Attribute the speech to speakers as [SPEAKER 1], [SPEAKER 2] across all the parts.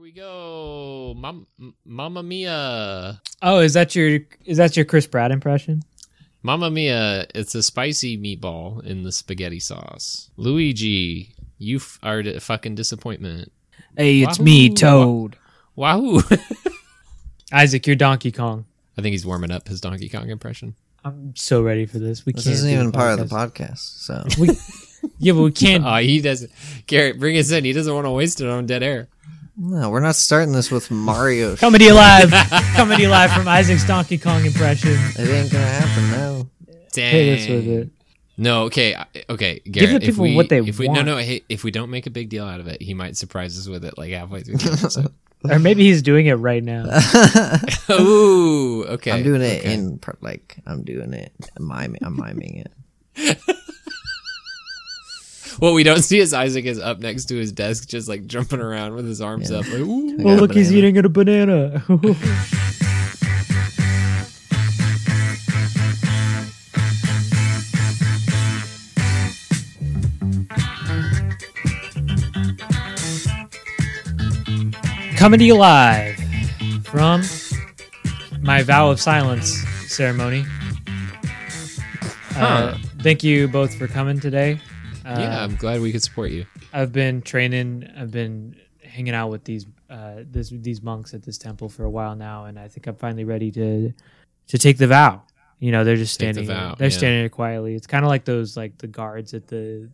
[SPEAKER 1] we go. Mom, Mamma Mia.
[SPEAKER 2] Oh, is that your is that your Chris Pratt impression?
[SPEAKER 1] Mamma Mia. It's a spicy meatball in the spaghetti sauce. Luigi, you f- are a fucking disappointment.
[SPEAKER 2] Hey,
[SPEAKER 1] it's me, Wahoo.
[SPEAKER 2] Toad.
[SPEAKER 1] Wahoo.
[SPEAKER 2] Isaac, you're Donkey Kong.
[SPEAKER 1] I think he's warming up his Donkey Kong impression.
[SPEAKER 2] I'm so ready for this. We
[SPEAKER 3] This
[SPEAKER 2] can't
[SPEAKER 3] isn't
[SPEAKER 2] do
[SPEAKER 3] even part of the podcast. So
[SPEAKER 2] We, yeah, but we can't.
[SPEAKER 1] Oh, he doesn't. Garrett, bring us in. He doesn't want to waste it on dead air.
[SPEAKER 3] no, we're not starting this with Mario. shit.
[SPEAKER 2] Comedy live, comedy live from Isaac's Donkey Kong impression.
[SPEAKER 3] It ain't gonna happen. No.
[SPEAKER 1] Dang.
[SPEAKER 2] Hit us with it.
[SPEAKER 1] No, okay, I- okay, Garrett.
[SPEAKER 2] the
[SPEAKER 1] if
[SPEAKER 2] people
[SPEAKER 1] we,
[SPEAKER 2] what they
[SPEAKER 1] if we,
[SPEAKER 2] want.
[SPEAKER 1] No, no, hey, if we don't make a big deal out of it, he might surprise us with it like halfway through. The episode.
[SPEAKER 2] Or maybe he's doing it right now.
[SPEAKER 1] Ooh, okay.
[SPEAKER 3] I'm doing it
[SPEAKER 1] okay.
[SPEAKER 3] in part, like I'm doing it. I'm miming, I'm miming it.
[SPEAKER 1] What we don't see is Isaac is up next to his desk, just like jumping around with his arms up. Like, Ooh.
[SPEAKER 2] Oh,
[SPEAKER 3] got a
[SPEAKER 2] look, he's
[SPEAKER 3] banana.
[SPEAKER 2] eating a banana. Comedy live from my vow of silence ceremony. Uh, thank you both for coming today. Uh,
[SPEAKER 1] yeah, I'm glad we could support you.
[SPEAKER 2] I've been training. I've been hanging out with these uh, this, these monks at this temple for a while now, and I think I'm finally ready to to take the vow. You know, they're just
[SPEAKER 1] Take the
[SPEAKER 2] standing.
[SPEAKER 1] vow,
[SPEAKER 2] they're
[SPEAKER 1] yeah.
[SPEAKER 2] standing there quietly. It's kind of like those like the guards at the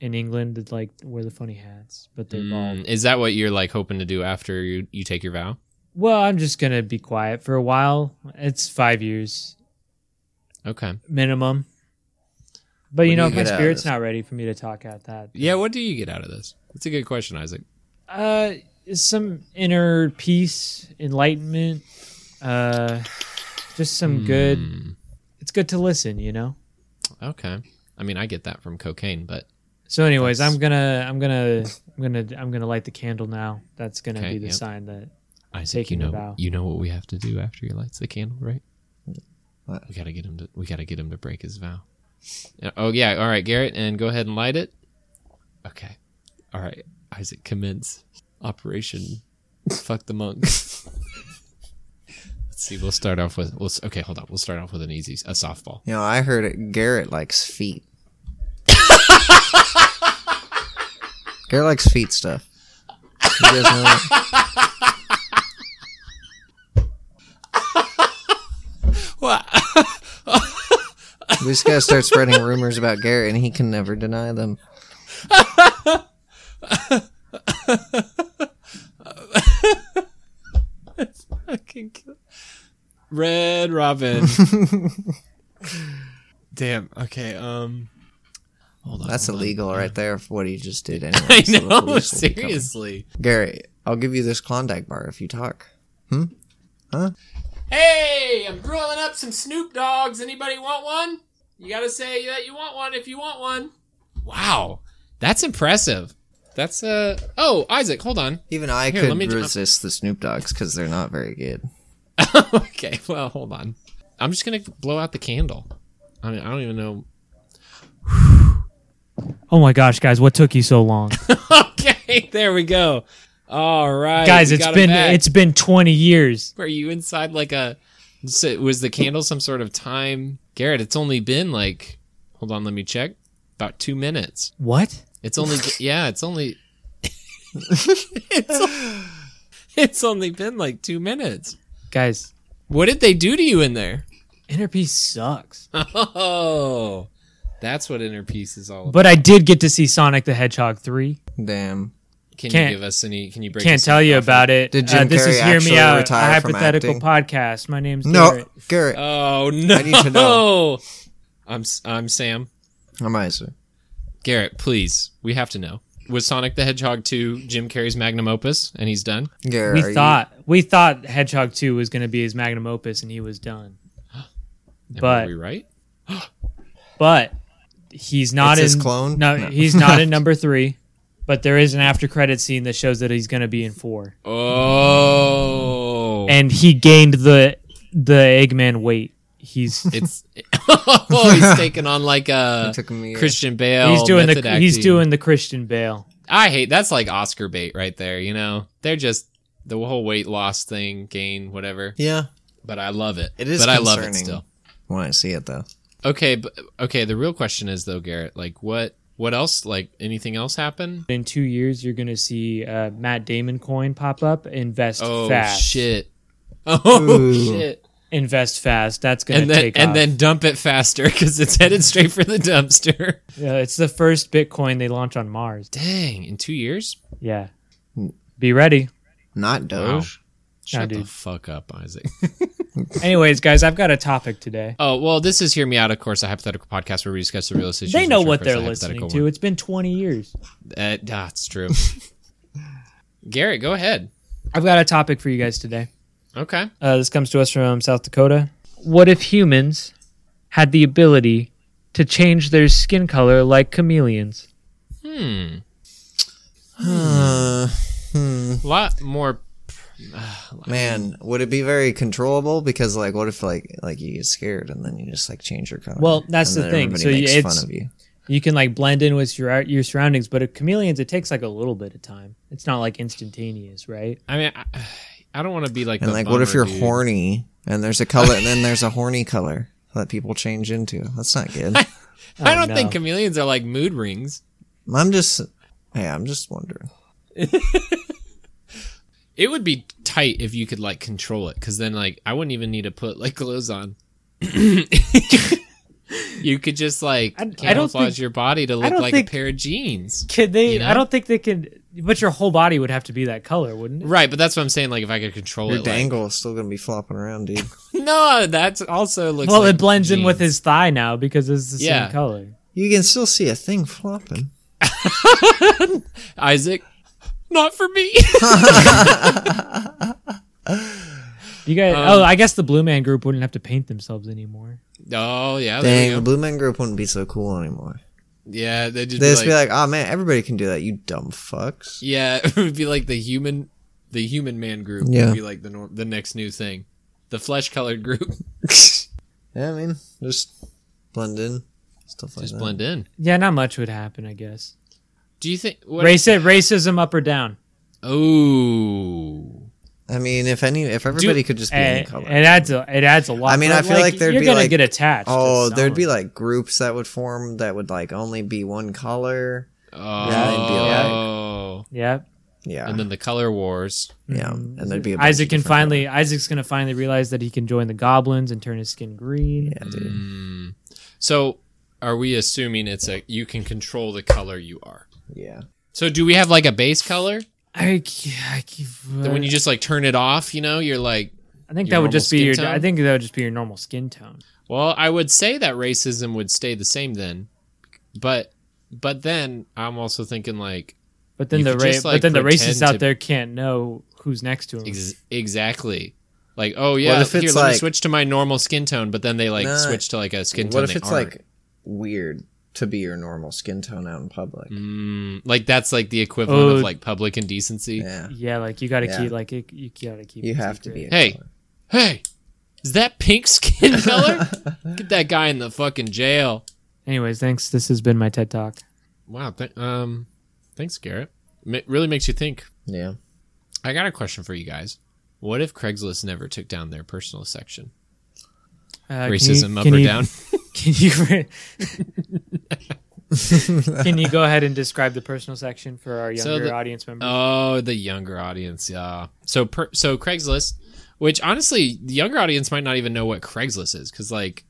[SPEAKER 2] in England that like wear the funny hats, but they're bald.
[SPEAKER 1] Mm, is that what you're like hoping to do after you, you take your vow?
[SPEAKER 2] Well, I'm just gonna be quiet for a while. It's five years
[SPEAKER 1] Okay.
[SPEAKER 2] minimum. But you
[SPEAKER 3] What do
[SPEAKER 2] know,
[SPEAKER 3] you
[SPEAKER 2] if my
[SPEAKER 3] get out of
[SPEAKER 2] spirit's
[SPEAKER 3] this?
[SPEAKER 2] not ready for me to talk out that,
[SPEAKER 1] Yeah. What do you get out of this? That's a good question, Isaac.
[SPEAKER 2] uh some inner peace enlightenment uh just some good
[SPEAKER 1] Mm,
[SPEAKER 2] it's good to listen you know
[SPEAKER 1] okay. I mean, I get that from cocaine, but
[SPEAKER 2] so anyways
[SPEAKER 1] That's-
[SPEAKER 2] i'm gonna i'm gonna i'm gonna i'm gonna light the candle now that's gonna
[SPEAKER 1] Okay,
[SPEAKER 2] be the
[SPEAKER 1] yep.
[SPEAKER 2] sign that
[SPEAKER 1] Isaac,
[SPEAKER 2] Taking
[SPEAKER 1] you
[SPEAKER 2] the
[SPEAKER 1] know,
[SPEAKER 2] vow.
[SPEAKER 1] you know what we have to do after he lights the candle, right?
[SPEAKER 3] What?
[SPEAKER 1] We gotta get him to. We gotta get him to break his vow. Yeah, Oh yeah. All right, Garrett, and go ahead and light it. Okay. All right, Isaac, commence operation. Fuck the monks. Let's see. We'll start off with. We'll, s- okay, hold on. We'll start off with an easy, a softball.
[SPEAKER 3] You know, I heard it. Garrett likes feet. Garrett likes feet stuff. You guys know that?
[SPEAKER 1] What?
[SPEAKER 3] We just gotta start spreading rumors about Garrett, and he can never deny them.
[SPEAKER 1] Fucking kill- Red Robin. Damn. Okay. Um. Hold on.
[SPEAKER 3] That's
[SPEAKER 1] hold on.
[SPEAKER 3] illegal right there for what he just did. Anyway,
[SPEAKER 1] I
[SPEAKER 3] so the
[SPEAKER 1] know.
[SPEAKER 3] police will be coming.
[SPEAKER 1] Seriously.
[SPEAKER 3] Gary, I'll give you this Klondike bar if you talk.
[SPEAKER 1] Hey, I'm grilling up some Snoop Dogs. Anybody want one? You gotta say that you want one if you want one. Wow, that's impressive. That's uh oh, Isaac, hold on.
[SPEAKER 3] Even I
[SPEAKER 1] Here, let
[SPEAKER 3] could
[SPEAKER 1] me-
[SPEAKER 3] resist the Snoop Dogs because they're not very good.
[SPEAKER 1] okay, well, hold on. I'm just gonna blow out the candle. I mean, I don't even know.
[SPEAKER 2] oh my gosh guys what took you so long
[SPEAKER 1] okay, there we go. All right,
[SPEAKER 2] guys
[SPEAKER 1] we
[SPEAKER 2] it's
[SPEAKER 1] got
[SPEAKER 2] been
[SPEAKER 1] back.
[SPEAKER 2] it's been 20 years
[SPEAKER 1] Were you inside like a? so Was the candle some sort of time, Garrett? It's only been like, hold on, let me check. About two minutes.
[SPEAKER 2] what
[SPEAKER 1] It's only yeah, it's only it's, it's only been like 2 minutes.
[SPEAKER 2] guys
[SPEAKER 1] What did they do to you in there?
[SPEAKER 2] inner peace sucks
[SPEAKER 1] Oh. That's what inner peace is all about.
[SPEAKER 2] but i did get to see sonic the hedgehog 3
[SPEAKER 3] Damn.
[SPEAKER 1] Can you
[SPEAKER 2] can't-
[SPEAKER 1] give us any can you break
[SPEAKER 2] can't
[SPEAKER 1] us
[SPEAKER 2] tell
[SPEAKER 1] any
[SPEAKER 2] you
[SPEAKER 1] coffee?
[SPEAKER 2] about it
[SPEAKER 3] Did
[SPEAKER 2] uh,
[SPEAKER 3] Jim
[SPEAKER 2] this is
[SPEAKER 3] Carrey
[SPEAKER 2] hear me
[SPEAKER 3] actually
[SPEAKER 2] out a
[SPEAKER 3] retire from
[SPEAKER 2] hypothetical
[SPEAKER 3] acting?
[SPEAKER 2] podcast my name's
[SPEAKER 3] No,
[SPEAKER 1] uh,
[SPEAKER 2] Garrett.
[SPEAKER 3] Garrett,
[SPEAKER 1] Oh no.
[SPEAKER 3] I need to know.
[SPEAKER 1] I'm S- I'm Sam.
[SPEAKER 3] I'm Isaac.
[SPEAKER 1] Garrett, please. We have to know. Was Sonic the Hedgehog 2 Jim Carrey's magnum opus and he's done?
[SPEAKER 3] Garrett, are
[SPEAKER 2] we
[SPEAKER 3] you-
[SPEAKER 2] thought we thought Hedgehog Two was going to be his magnum opus, and he was done.
[SPEAKER 1] Am
[SPEAKER 2] But-
[SPEAKER 1] we right?
[SPEAKER 2] But he's not
[SPEAKER 3] It's
[SPEAKER 2] in
[SPEAKER 3] his clone?
[SPEAKER 2] No,
[SPEAKER 3] No.
[SPEAKER 2] he's not in number three. But there is an after credit scene that shows that he's going to be in four,
[SPEAKER 1] Oh.
[SPEAKER 2] and he gained the the Eggman weight. He's
[SPEAKER 1] it's oh, he's taking on like
[SPEAKER 3] it
[SPEAKER 1] a
[SPEAKER 3] took me.
[SPEAKER 1] Christian Bale.
[SPEAKER 2] he's doing the
[SPEAKER 1] method
[SPEAKER 2] he's
[SPEAKER 1] acting.
[SPEAKER 2] doing the Christian Bale.
[SPEAKER 1] I hate that's like Oscar bait right there. You know, they're just the whole weight loss thing, gain, whatever.
[SPEAKER 3] Yeah.
[SPEAKER 1] But I love it.
[SPEAKER 3] It is
[SPEAKER 1] But I love it
[SPEAKER 3] concerning.
[SPEAKER 1] still.
[SPEAKER 3] When I see it though.
[SPEAKER 1] Okay, but okay. The real question is though, Garrett. Like, what? What else? Like, anything else happen?
[SPEAKER 2] In two years, you're going to see uh, Matt Damon coin pop up. Invest
[SPEAKER 1] Oh
[SPEAKER 2] fast.
[SPEAKER 1] shit! Oh
[SPEAKER 3] Ooh.
[SPEAKER 1] shit!
[SPEAKER 2] Invest fast. That's going
[SPEAKER 1] And
[SPEAKER 2] to
[SPEAKER 1] then
[SPEAKER 2] take
[SPEAKER 1] and
[SPEAKER 2] off.
[SPEAKER 1] then dump it faster because it's headed straight for the dumpster.
[SPEAKER 2] Yeah, it's the first Bitcoin they launch on Mars.
[SPEAKER 1] Dang! In two years?
[SPEAKER 2] Yeah.
[SPEAKER 1] Hmm.
[SPEAKER 2] Be ready.
[SPEAKER 3] Not Doge.
[SPEAKER 1] Shut the
[SPEAKER 2] dude.
[SPEAKER 1] fuck up, Isaac.
[SPEAKER 2] Anyways, guys, I've got a topic today.
[SPEAKER 1] oh well, this is hear me out. Of course, a hypothetical podcast where we discuss the real issues.
[SPEAKER 2] They know
[SPEAKER 1] which are, of
[SPEAKER 2] what
[SPEAKER 1] course,
[SPEAKER 2] they're
[SPEAKER 1] a
[SPEAKER 2] listening
[SPEAKER 1] hypothetical
[SPEAKER 2] to. It's been 20 years.
[SPEAKER 1] Uh, that's true. Garrett, go ahead.
[SPEAKER 2] I've got a topic for you guys today.
[SPEAKER 1] Okay.
[SPEAKER 2] Uh, this comes to us from South Dakota. What if humans had the ability to change their skin color like chameleons?
[SPEAKER 1] Hmm.
[SPEAKER 3] Uh, hmm.
[SPEAKER 1] A lot more.
[SPEAKER 3] Man, would it be very controllable? Because like, what if like like you get scared and then you just like change your color?
[SPEAKER 2] Well, that's
[SPEAKER 3] And
[SPEAKER 2] the
[SPEAKER 3] then
[SPEAKER 2] thing.
[SPEAKER 3] everybody
[SPEAKER 2] So you-
[SPEAKER 3] makes
[SPEAKER 2] it's-
[SPEAKER 3] fun of you.
[SPEAKER 2] You can like blend in with your your surroundings, but at chameleons, it takes like a little bit of time. It's not like instantaneous, right?
[SPEAKER 1] I mean, I, I don't want to be like.
[SPEAKER 3] And
[SPEAKER 1] the
[SPEAKER 3] like, what if
[SPEAKER 1] bummer
[SPEAKER 3] you're
[SPEAKER 1] dude.
[SPEAKER 3] horny and there's a color and then there's a horny color that people change into? That's not good.
[SPEAKER 1] I don't
[SPEAKER 2] Oh,
[SPEAKER 1] think
[SPEAKER 2] no.
[SPEAKER 1] chameleons are like mood rings.
[SPEAKER 3] I'm just, hey, I'm just wondering.
[SPEAKER 1] It would be tight if you could like control it, because then like I wouldn't even need to put like clothes on. you could just like
[SPEAKER 2] I- I don't
[SPEAKER 1] camouflage
[SPEAKER 2] think-
[SPEAKER 1] your body to look
[SPEAKER 2] don't
[SPEAKER 1] like
[SPEAKER 2] think-
[SPEAKER 1] a pair of jeans.
[SPEAKER 2] Could they?
[SPEAKER 1] You know?
[SPEAKER 2] I don't think they could. But your whole body would have to be that color, wouldn't it?
[SPEAKER 1] Right, but that's what I'm saying. Like if I could control
[SPEAKER 3] Your
[SPEAKER 1] it, like-
[SPEAKER 3] dangle is still gonna be flopping around, dude.
[SPEAKER 1] no, that's also looks.
[SPEAKER 2] well,
[SPEAKER 1] like
[SPEAKER 2] it blends in with
[SPEAKER 1] jeans.
[SPEAKER 2] his thigh now because it's the
[SPEAKER 1] Yeah.
[SPEAKER 2] same color.
[SPEAKER 3] You can still see a thing flopping.
[SPEAKER 1] Isaac. Not for me.
[SPEAKER 2] You guys.
[SPEAKER 1] Um,
[SPEAKER 2] oh, I guess the Blue Man Group wouldn't have to paint themselves anymore.
[SPEAKER 1] oh yeah, there
[SPEAKER 3] Dang,
[SPEAKER 1] we
[SPEAKER 3] the
[SPEAKER 1] go.
[SPEAKER 3] Blue Men Group wouldn't be so cool anymore.
[SPEAKER 1] yeah. They just
[SPEAKER 3] They'd
[SPEAKER 1] be
[SPEAKER 3] just
[SPEAKER 1] like,
[SPEAKER 3] be like, oh man, everybody can do that. You dumb fucks.
[SPEAKER 1] yeah, it would be like the human, the human man group.
[SPEAKER 3] Yeah.
[SPEAKER 1] would be like the norm, the next new thing, the flesh colored group.
[SPEAKER 3] Yeah, I mean, just blend in, stuff like
[SPEAKER 1] Just
[SPEAKER 3] that.
[SPEAKER 1] blend in.
[SPEAKER 2] Yeah, not much would happen, I guess.
[SPEAKER 1] Do you think? What,
[SPEAKER 2] Race racism up or down.
[SPEAKER 1] Oh,
[SPEAKER 3] I mean, if any, if everybody could just be any
[SPEAKER 2] And,
[SPEAKER 3] color.
[SPEAKER 2] Eh, it adds a, it adds a lot.
[SPEAKER 3] I mean,
[SPEAKER 2] but,
[SPEAKER 3] I feel like there'd
[SPEAKER 2] you're
[SPEAKER 3] be,
[SPEAKER 2] gonna
[SPEAKER 3] like-
[SPEAKER 2] get attached. to
[SPEAKER 3] oh, there'd be
[SPEAKER 2] someone.
[SPEAKER 3] like groups that would form that would like only be one color.
[SPEAKER 1] oh,
[SPEAKER 3] it'd be like-
[SPEAKER 2] yeah,
[SPEAKER 3] Yeah,
[SPEAKER 1] and then the color wars.
[SPEAKER 3] yeah,
[SPEAKER 2] Mhm.
[SPEAKER 3] and there'd be a bunch
[SPEAKER 2] Isaac
[SPEAKER 3] of
[SPEAKER 2] can
[SPEAKER 3] different
[SPEAKER 2] finally Isaac's gonna finally realize that he can join the goblins and turn his skin green.
[SPEAKER 3] colors. Yeah, dude.
[SPEAKER 1] Mm. So, are we assuming it's a you can control the color you are?
[SPEAKER 3] Yeah.
[SPEAKER 1] So, do we have like a base color?
[SPEAKER 2] I, c- I c-
[SPEAKER 1] Then
[SPEAKER 3] Uh,
[SPEAKER 1] when you just like turn it off, you know, you're like,
[SPEAKER 2] I think
[SPEAKER 1] your
[SPEAKER 2] that would
[SPEAKER 1] normal
[SPEAKER 2] just be
[SPEAKER 1] skin
[SPEAKER 2] your.
[SPEAKER 1] tone?
[SPEAKER 2] I think that would just be your normal skin tone.
[SPEAKER 1] well, I would say that racism would stay the same then, but but then I'm also thinking like
[SPEAKER 2] But then
[SPEAKER 1] You
[SPEAKER 2] the
[SPEAKER 1] could
[SPEAKER 2] ra-
[SPEAKER 1] just, like,
[SPEAKER 2] but then the
[SPEAKER 1] pretend
[SPEAKER 2] racists out
[SPEAKER 1] to-
[SPEAKER 2] there can't know who's next to him.
[SPEAKER 1] ex- exactly. Like oh yeah,
[SPEAKER 3] What if
[SPEAKER 1] here
[SPEAKER 3] it's,
[SPEAKER 1] let me
[SPEAKER 3] like-
[SPEAKER 1] switch to my normal skin tone, but then they like
[SPEAKER 3] Nah.
[SPEAKER 1] switch to like a skin tone.
[SPEAKER 3] What if
[SPEAKER 1] they
[SPEAKER 3] it's
[SPEAKER 1] aren't.
[SPEAKER 3] like weird to be your normal skin tone out in public?
[SPEAKER 1] Mm, like that's like the equivalent
[SPEAKER 2] Oh.
[SPEAKER 1] of like public indecency.
[SPEAKER 3] Yeah,
[SPEAKER 2] Yeah, like you gotta
[SPEAKER 3] Yeah.
[SPEAKER 2] keep like it, you gotta keep.
[SPEAKER 3] you
[SPEAKER 2] it
[SPEAKER 3] have to be.
[SPEAKER 2] secret.
[SPEAKER 3] A
[SPEAKER 1] Hey.
[SPEAKER 3] color.
[SPEAKER 1] Hey, is that pink skin color? Get that guy in the fucking jail.
[SPEAKER 2] Anyways, thanks. This has been my TED talk.
[SPEAKER 1] Wow. Th- um, thanks, Garrett. M- really makes you think.
[SPEAKER 3] Yeah.
[SPEAKER 1] I got a question for you guys. What if Craigslist never took down their personal section?
[SPEAKER 2] Uh, can you-
[SPEAKER 1] Racism up
[SPEAKER 2] can
[SPEAKER 1] or
[SPEAKER 2] you-
[SPEAKER 1] down?
[SPEAKER 2] Can you can you go ahead and describe the personal section for our
[SPEAKER 1] So
[SPEAKER 2] younger
[SPEAKER 1] the-
[SPEAKER 2] audience members?
[SPEAKER 1] Oh, the younger audience. Yeah. So per- so Craigslist, which honestly, the younger audience might not even know what Craigslist is because like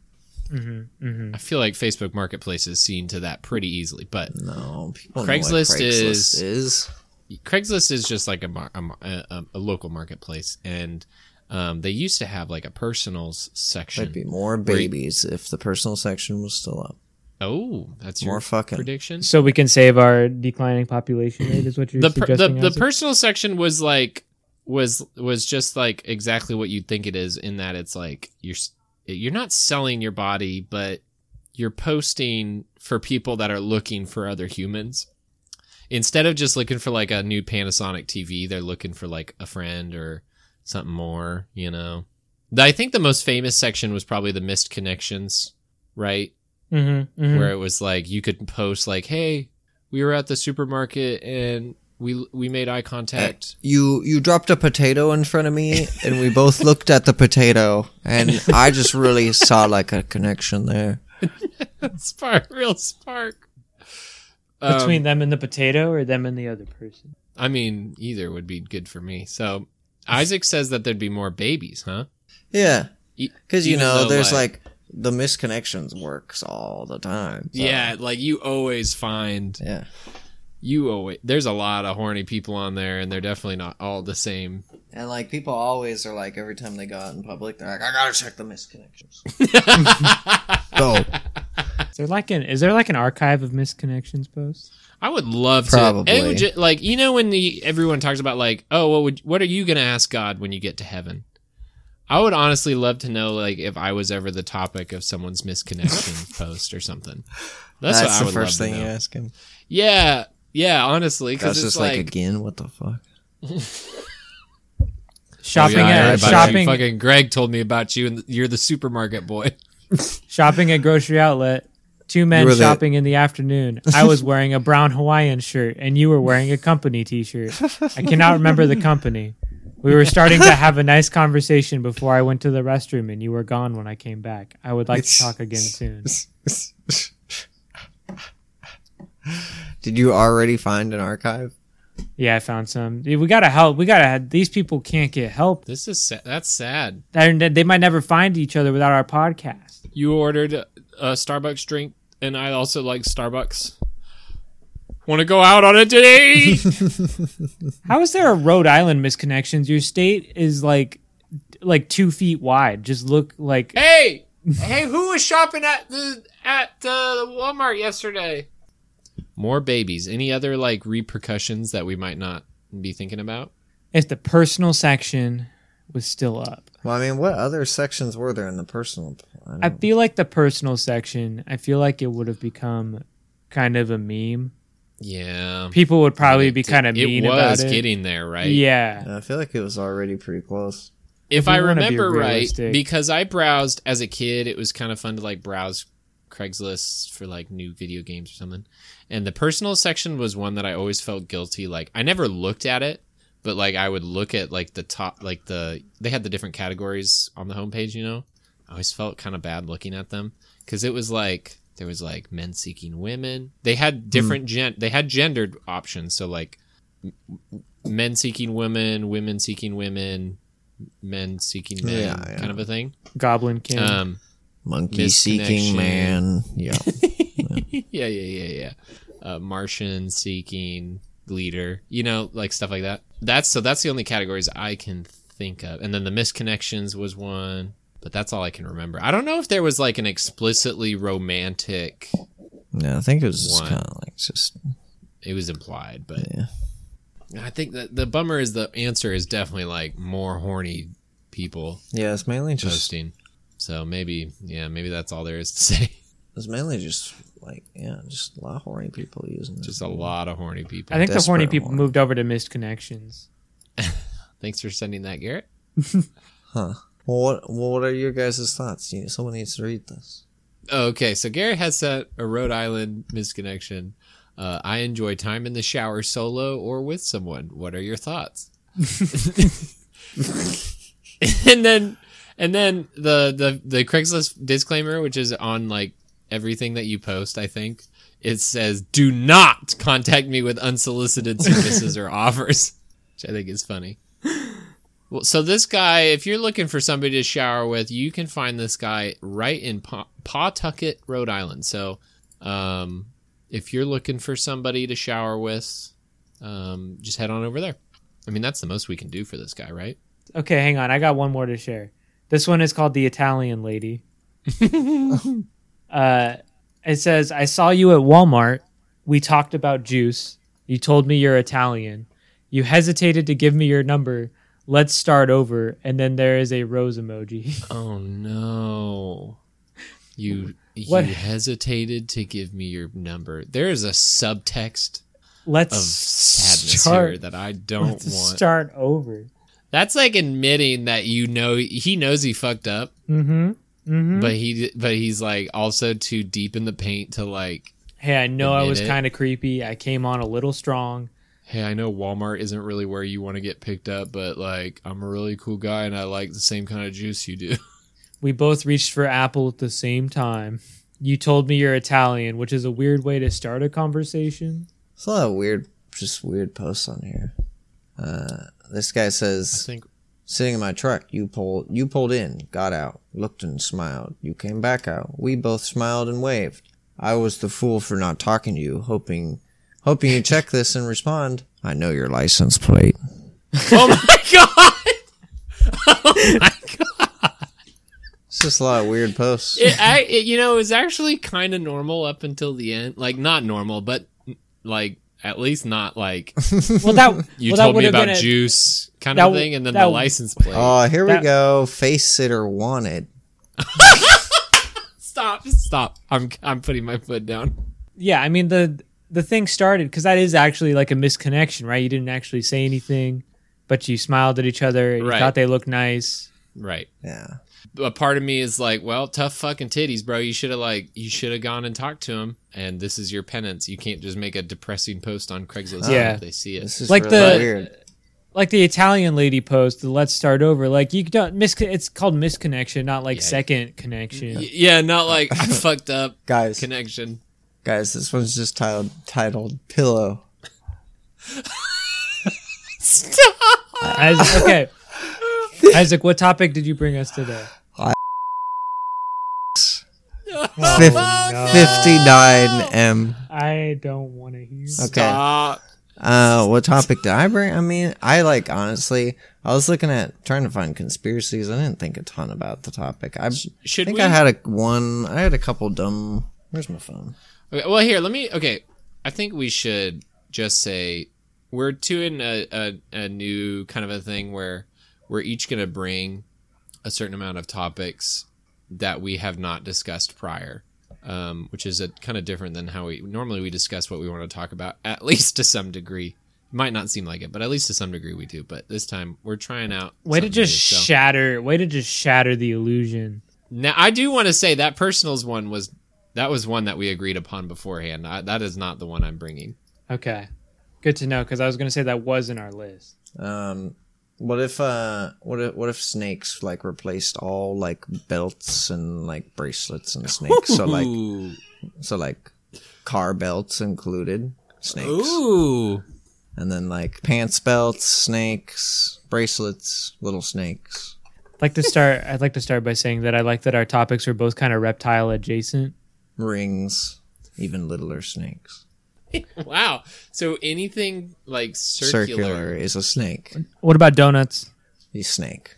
[SPEAKER 2] hmm hmm
[SPEAKER 1] I feel like Facebook Marketplace is seen to that pretty easily, but
[SPEAKER 3] No, people know
[SPEAKER 1] Craigslist
[SPEAKER 3] what Craigslist
[SPEAKER 1] is-
[SPEAKER 3] is.
[SPEAKER 1] Craigslist is just like a mar- a, mar- a, a- a local marketplace, and um, they used to have like a personals
[SPEAKER 3] There'd
[SPEAKER 1] section.
[SPEAKER 3] be more babies if the personal section was still up.
[SPEAKER 1] Oh, that's your
[SPEAKER 3] More fucking.
[SPEAKER 1] prediction.
[SPEAKER 2] So we can save our declining population rate, is what you're
[SPEAKER 1] The per- the
[SPEAKER 2] suggesting.
[SPEAKER 1] the
[SPEAKER 2] Isaac?
[SPEAKER 1] personal section was like was was just like exactly what you'd think it is in that it's like you're s- you're not selling your body, but you're posting for people that are looking for other humans. Instead of just looking for like a new Panasonic TV, they're looking for like a friend or something more, you know. The- I think the most famous section was probably the missed connections, right?
[SPEAKER 2] Mhm, mhm.
[SPEAKER 1] Mm. Where it was like you could post like, "Hey, we were at the supermarket and we we made eye contact.
[SPEAKER 3] You you dropped a potato in front of me, and we both looked at the potato, and I just really saw like a connection there.
[SPEAKER 1] spark, real spark. Um,
[SPEAKER 2] Between them and the potato or them and the other person?
[SPEAKER 1] I mean, either would be good for me. So Isaac says that there'd be more babies, huh?
[SPEAKER 3] Yeah,
[SPEAKER 1] E-
[SPEAKER 3] because you
[SPEAKER 1] even
[SPEAKER 3] know,
[SPEAKER 1] though,
[SPEAKER 3] there's like, the misconnections works all the time. so-
[SPEAKER 1] yeah, like you always find
[SPEAKER 3] yeah.
[SPEAKER 1] you always there's a lot of horny people on there, and they're definitely not all the same.
[SPEAKER 3] And like people always are like every time they go out in public, they're like, I gotta check the misconnections. so
[SPEAKER 2] Is there like an is there like an archive of misconnections posts?
[SPEAKER 1] I would love to. It
[SPEAKER 3] Probably.
[SPEAKER 1] would ju- like you know when the everyone talks about like, oh, what would what are you gonna ask God when you get to heaven? I would honestly love to know like if I was ever the topic of someone's misconnection post or something. That's,
[SPEAKER 3] that's,
[SPEAKER 1] what I
[SPEAKER 3] the
[SPEAKER 1] would
[SPEAKER 3] first
[SPEAKER 1] love
[SPEAKER 3] thing
[SPEAKER 1] to
[SPEAKER 3] you
[SPEAKER 1] know.
[SPEAKER 3] ask him.
[SPEAKER 1] Yeah, yeah, honestly, because
[SPEAKER 3] That's
[SPEAKER 1] it's
[SPEAKER 3] just like,
[SPEAKER 1] like,
[SPEAKER 3] again, what the fuck?
[SPEAKER 1] oh,
[SPEAKER 2] Shopping
[SPEAKER 1] yeah, I heard
[SPEAKER 2] at
[SPEAKER 1] about you.
[SPEAKER 2] shopping
[SPEAKER 1] Fucking Greg told me about you, and you're the supermarket boy.
[SPEAKER 2] shopping at grocery outlet. Two men
[SPEAKER 3] were the-
[SPEAKER 2] shopping in the afternoon. I was wearing a brown Hawaiian shirt and you were wearing a company t-shirt. I cannot remember the company. We were starting to have a nice conversation before I went to the restroom and you were gone when I came back. I would like to talk again soon.
[SPEAKER 3] Did you already find an archive?
[SPEAKER 2] Yeah, I found some. Dude, We got to help. We got to these people can't get help.
[SPEAKER 1] This is sa- that's sad.
[SPEAKER 2] They're- They might never find each other without our podcast.
[SPEAKER 1] You ordered a Starbucks drink, and I also like Starbucks. Want to go out on a date?
[SPEAKER 2] How is there a Rhode Island misconnections? Your state is like like two feet wide. Just look like
[SPEAKER 1] hey, hey, who was shopping at the at uh, the Walmart yesterday? More babies. Any other like repercussions that we might not be thinking about?
[SPEAKER 2] if the personal section was still up.
[SPEAKER 3] Well, I mean, what other sections were there in the personal? I
[SPEAKER 2] I
[SPEAKER 3] don't-
[SPEAKER 2] feel like the personal section, I feel like it would have become kind of a meme.
[SPEAKER 1] Yeah,
[SPEAKER 2] People would probably be
[SPEAKER 1] It-
[SPEAKER 2] kind of
[SPEAKER 1] It
[SPEAKER 2] mean
[SPEAKER 1] was
[SPEAKER 2] about it.
[SPEAKER 1] getting there, right?
[SPEAKER 2] Yeah.
[SPEAKER 3] I feel like it was already pretty close.
[SPEAKER 1] if
[SPEAKER 2] we
[SPEAKER 1] I
[SPEAKER 2] wanna be
[SPEAKER 1] remember right,
[SPEAKER 2] realistic.
[SPEAKER 1] because I browsed as a kid, it was kind of fun to like browse Craigslist for like new video games or something. And the personal section was one that I always felt guilty. Like I never looked at it, but like I would look at like the top, like the they had the different categories on the homepage. You know, I always felt kind of bad looking at them because it was like there was like men seeking women. They
[SPEAKER 3] Hmm.
[SPEAKER 1] had different gen. They had gendered options. So like m- m- men seeking women, women seeking women, men seeking men,
[SPEAKER 3] Yeah, yeah.
[SPEAKER 1] kind of a thing.
[SPEAKER 2] Goblin King.
[SPEAKER 1] Um,
[SPEAKER 3] Monkey
[SPEAKER 1] Misconnection.
[SPEAKER 3] seeking man. Yeah.
[SPEAKER 1] yeah, yeah, yeah, yeah. Uh, Martian seeking leader, you know, like stuff like that. That's so that's the only categories I can think of. And then the misconnections was one, but that's all I can remember. I don't know if there was like an explicitly romantic.
[SPEAKER 3] No, I think it was just
[SPEAKER 1] One.
[SPEAKER 3] kind of like just
[SPEAKER 1] It was implied, but
[SPEAKER 3] yeah.
[SPEAKER 1] I think that the bummer is the answer is definitely like more horny people
[SPEAKER 3] Yeah, it's mainly just
[SPEAKER 1] posting. So maybe, yeah, maybe that's all there is to say.
[SPEAKER 3] it's mainly just like yeah, just a lot of horny people using it.
[SPEAKER 1] Just a lot of horny people.
[SPEAKER 2] I think the horny
[SPEAKER 3] desperate
[SPEAKER 2] people
[SPEAKER 3] one.
[SPEAKER 2] moved over to missed connections.
[SPEAKER 1] Thanks for sending that, Garrett.
[SPEAKER 3] Huh. Well, what, well, what are your guys' thoughts? You, someone needs to read this.
[SPEAKER 1] Okay, so Garrett has set a Rhode Island misconnection. Uh, I enjoy time in the shower solo or with someone. What are your thoughts? and then, and then the, the the Craigslist disclaimer, which is on like everything that you post, I think it says, "Do not contact me with unsolicited services or offers," which I think is funny. Well, so this guy, if you're looking for somebody to shower with, you can find this guy right in Pa- Pawtucket, Rhode Island. So, um, if you're looking for somebody to shower with, um, just head on over there. I mean, that's the most we can do for this guy, right?
[SPEAKER 2] Okay, hang on. I got one more to share. This one is called The Italian Lady. uh, it says, I saw you at Walmart. We talked about juice. You told me you're Italian. You hesitated to give me your number. Let's start over. And then there is a rose emoji.
[SPEAKER 1] Oh no, you
[SPEAKER 2] What?
[SPEAKER 1] you hesitated to give me your number. There is a subtext
[SPEAKER 2] Let's
[SPEAKER 1] of sadness here
[SPEAKER 2] start,
[SPEAKER 1] that I don't want.
[SPEAKER 2] let's start over.
[SPEAKER 1] That's like admitting that you know he knows he fucked up.
[SPEAKER 2] Mm hmm. Mm hmm.
[SPEAKER 1] but he but he's like also too deep in the paint to like
[SPEAKER 2] Hey, I know I
[SPEAKER 1] Admit
[SPEAKER 2] was
[SPEAKER 1] it.
[SPEAKER 2] kind of creepy. I came on a little strong.
[SPEAKER 1] Hey, I know Walmart isn't really where you want to get picked up, but like I'm a really cool guy and I like the same kind of juice you do.
[SPEAKER 2] We both reached for Apple at the same time. You told me you're Italian, which is a weird way to start a conversation.
[SPEAKER 3] There's a lot of weird, just weird posts on here. Uh, this guy
[SPEAKER 1] I
[SPEAKER 3] says,
[SPEAKER 1] think
[SPEAKER 3] "Sitting in my truck, you pulled, you pulled in, got out, looked and smiled. You came back out. We both smiled and waved. I was the fool for not talking to you, hoping, hoping you check this and respond. I know your license plate.
[SPEAKER 1] Oh my god.
[SPEAKER 3] It's just a lot of weird posts.
[SPEAKER 1] It, I, it, you know, it was actually kind of normal up until the end. Like not normal, but like at least not like
[SPEAKER 2] Well, that
[SPEAKER 1] you
[SPEAKER 2] well, that
[SPEAKER 1] told me
[SPEAKER 2] would've
[SPEAKER 1] about
[SPEAKER 2] been a-
[SPEAKER 1] juice kind
[SPEAKER 2] that
[SPEAKER 1] of
[SPEAKER 2] w-
[SPEAKER 1] thing and then
[SPEAKER 2] that
[SPEAKER 1] the
[SPEAKER 2] w-
[SPEAKER 1] license plate.
[SPEAKER 3] Oh, here
[SPEAKER 2] That-
[SPEAKER 3] we go. Face sitter wanted.
[SPEAKER 1] stop. Stop. I'm I'm putting my foot down.
[SPEAKER 2] Yeah, I mean the the thing started because that is actually like a misconnection, right? You didn't actually say anything, but you smiled at each other. You
[SPEAKER 1] Right.
[SPEAKER 2] thought they looked nice.
[SPEAKER 1] Right.
[SPEAKER 3] Yeah.
[SPEAKER 1] a part of me is like, well, tough fucking titties, bro. You should have like, you should have gone and talked to him. And this is your penance. You can't just make a depressing post on Craigslist.
[SPEAKER 2] Yeah.
[SPEAKER 1] Yeah, they see it.
[SPEAKER 3] This is
[SPEAKER 2] Like
[SPEAKER 3] like really
[SPEAKER 2] the-
[SPEAKER 3] weird.
[SPEAKER 2] Like the Italian lady post, the "Let's start over." Like you don't mis. It's called misconnection, not like
[SPEAKER 1] Yeah.
[SPEAKER 2] second connection.
[SPEAKER 1] Y- Yeah, not like I fucked up
[SPEAKER 3] Guys,
[SPEAKER 1] connection.
[SPEAKER 3] guys, this one's just titled titled Pillow.
[SPEAKER 1] Stop.
[SPEAKER 2] Isaac, okay, Isaac, what topic did you bring us today?
[SPEAKER 1] Oh
[SPEAKER 3] Fif-
[SPEAKER 2] no.
[SPEAKER 3] 59M.
[SPEAKER 2] I don't want to hear.
[SPEAKER 3] Okay.
[SPEAKER 1] Stop.
[SPEAKER 3] Uh, what topic did I bring? I mean, I like, honestly, I was looking at trying to find conspiracies. I didn't think a ton about the topic. I
[SPEAKER 1] Should
[SPEAKER 3] think
[SPEAKER 1] we?
[SPEAKER 3] I had a one, I had a couple dumb. Where's my phone?
[SPEAKER 1] Okay, well, here, let me. Okay, I think we should just say we're doing a, a, a new kind of a thing where we're each going to bring a certain amount of topics that we have not discussed prior, um, which is a kind of different than how we normally we discuss what we want to talk about, at least to some degree. Might not seem like it, but at least to some degree we do. But this time we're trying out.
[SPEAKER 2] Way to
[SPEAKER 1] something new,
[SPEAKER 2] just
[SPEAKER 1] so-
[SPEAKER 2] shatter. Way to just shatter the illusion.
[SPEAKER 1] now, I do want to say that personals one was that was one that we agreed upon beforehand. I, that is not the one I'm bringing.
[SPEAKER 2] Okay, good to know because I was going to say that was in our list.
[SPEAKER 3] Um, what if, uh, what if, what if snakes like replaced all like belts and like bracelets and snakes? So like,
[SPEAKER 1] ooh,
[SPEAKER 3] So like car belts included, snakes.
[SPEAKER 1] ooh,
[SPEAKER 3] And then like pants belts, snakes, bracelets, little snakes.
[SPEAKER 2] I'd like to start. I'd like to start by saying that I like that our topics are both kind of reptile adjacent.
[SPEAKER 3] Rings, even littler snakes.
[SPEAKER 1] wow! So anything like circular?
[SPEAKER 3] Circular is a snake.
[SPEAKER 2] What about donuts?
[SPEAKER 3] The snake.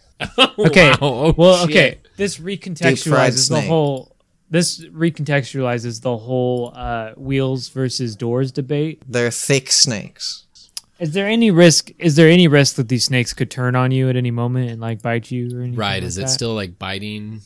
[SPEAKER 2] Okay.
[SPEAKER 1] Wow. Oh,
[SPEAKER 2] Well,
[SPEAKER 1] shit.
[SPEAKER 2] okay. This
[SPEAKER 3] fried
[SPEAKER 2] recontextualizes the
[SPEAKER 3] snake.
[SPEAKER 2] whole. This recontextualizes the whole uh, wheels versus doors debate.
[SPEAKER 3] They're thick snakes.
[SPEAKER 2] Is there any risk? Is there any risk that these snakes could turn on you at any moment and like bite you or anything?
[SPEAKER 1] Right?
[SPEAKER 2] like
[SPEAKER 1] Is it
[SPEAKER 2] that?
[SPEAKER 1] still like biting?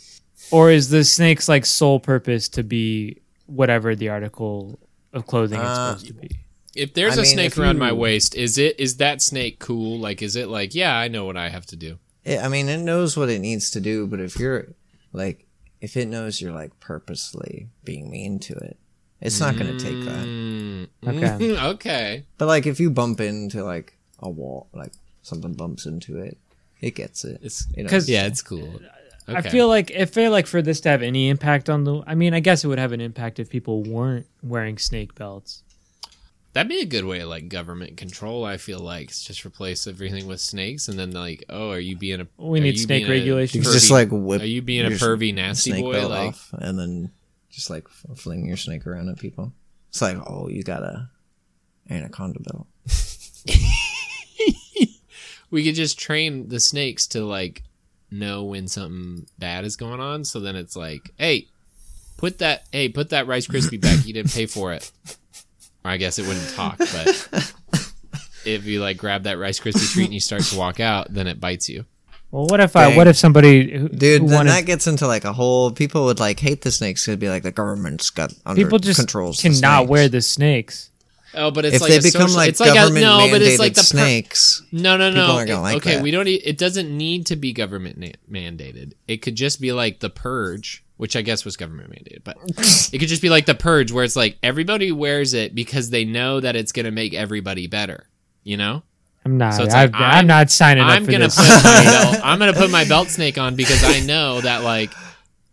[SPEAKER 2] or is the snake's like sole purpose to be whatever the article of clothing it's
[SPEAKER 3] Uh,
[SPEAKER 2] supposed to be?
[SPEAKER 1] If there's a
[SPEAKER 3] I mean,
[SPEAKER 1] snake
[SPEAKER 3] if
[SPEAKER 1] around my
[SPEAKER 3] you-
[SPEAKER 1] waist, is it is that snake cool? Like, is it like, yeah, I know what I have to do.
[SPEAKER 3] It, I mean, it knows what it needs to do, but if you're like, if it knows you're like purposely being mean to it, it's not going to take that.
[SPEAKER 1] Mm,
[SPEAKER 2] Okay.
[SPEAKER 1] okay.
[SPEAKER 3] But like, if you bump into like a wall, like something bumps into it, it gets it.
[SPEAKER 1] It's
[SPEAKER 3] You know?
[SPEAKER 2] 'Cause-
[SPEAKER 1] yeah, it's cool. Okay.
[SPEAKER 2] I feel like if feel like for this to have any impact on the, I mean, I guess it would have an impact if people weren't wearing snake belts.
[SPEAKER 1] That'd be a good way of like government control. I feel like It's just replace everything with snakes, and then like, oh, are you being a?
[SPEAKER 2] We
[SPEAKER 1] are
[SPEAKER 2] need
[SPEAKER 1] you
[SPEAKER 2] snake
[SPEAKER 1] being a
[SPEAKER 2] regulation.
[SPEAKER 3] You
[SPEAKER 2] It's
[SPEAKER 1] pervy-
[SPEAKER 3] just like whip.
[SPEAKER 1] are you being a
[SPEAKER 3] your
[SPEAKER 1] pervy
[SPEAKER 3] s-
[SPEAKER 1] nasty
[SPEAKER 3] snake
[SPEAKER 1] boy?
[SPEAKER 3] belt
[SPEAKER 1] Like,
[SPEAKER 3] off and then just like f- fling your snake around at people. It's like, oh, you got a anaconda belt.
[SPEAKER 1] we could just train the snakes to like know when something bad is going on. So then it's like, hey, put that, hey, put that Rice Krispie back. You didn't pay for it. Or I guess it wouldn't talk, but if you like grab that Rice Krispie treat and you start to walk out, then it bites you.
[SPEAKER 2] Well, what if I?
[SPEAKER 3] Dang.
[SPEAKER 2] What if somebody who,
[SPEAKER 3] Dude,
[SPEAKER 2] who
[SPEAKER 3] then
[SPEAKER 2] wanted,
[SPEAKER 3] that gets into like a whole. People would like hate the snakes. It'd be like the government's got under
[SPEAKER 2] people just
[SPEAKER 3] controls. the
[SPEAKER 2] cannot
[SPEAKER 3] snakes.
[SPEAKER 2] wear the snakes?
[SPEAKER 1] Oh, but it's
[SPEAKER 3] if
[SPEAKER 1] like
[SPEAKER 3] they
[SPEAKER 1] a
[SPEAKER 3] become
[SPEAKER 1] social-
[SPEAKER 3] like
[SPEAKER 1] it's like a-
[SPEAKER 3] government
[SPEAKER 1] no,
[SPEAKER 3] mandated
[SPEAKER 1] but it's like the per-
[SPEAKER 3] snakes,
[SPEAKER 1] No, no,
[SPEAKER 3] People
[SPEAKER 1] no.
[SPEAKER 3] aren't gonna
[SPEAKER 1] It-
[SPEAKER 3] like
[SPEAKER 1] okay,
[SPEAKER 3] that.
[SPEAKER 1] we don't. e- It doesn't need to be government na- mandated. It could just be like the purge, which I guess was government mandated, but it could just be like the purge, where it's like everybody wears it because they know that it's gonna make everybody better. You know,
[SPEAKER 2] I'm not.
[SPEAKER 1] So it's
[SPEAKER 2] I've,
[SPEAKER 1] like,
[SPEAKER 2] I'm,
[SPEAKER 1] I'm-
[SPEAKER 2] not signing up
[SPEAKER 1] I'm
[SPEAKER 2] for
[SPEAKER 1] gonna
[SPEAKER 2] this.
[SPEAKER 1] put my belt, I'm gonna put my belt snake on because I know that like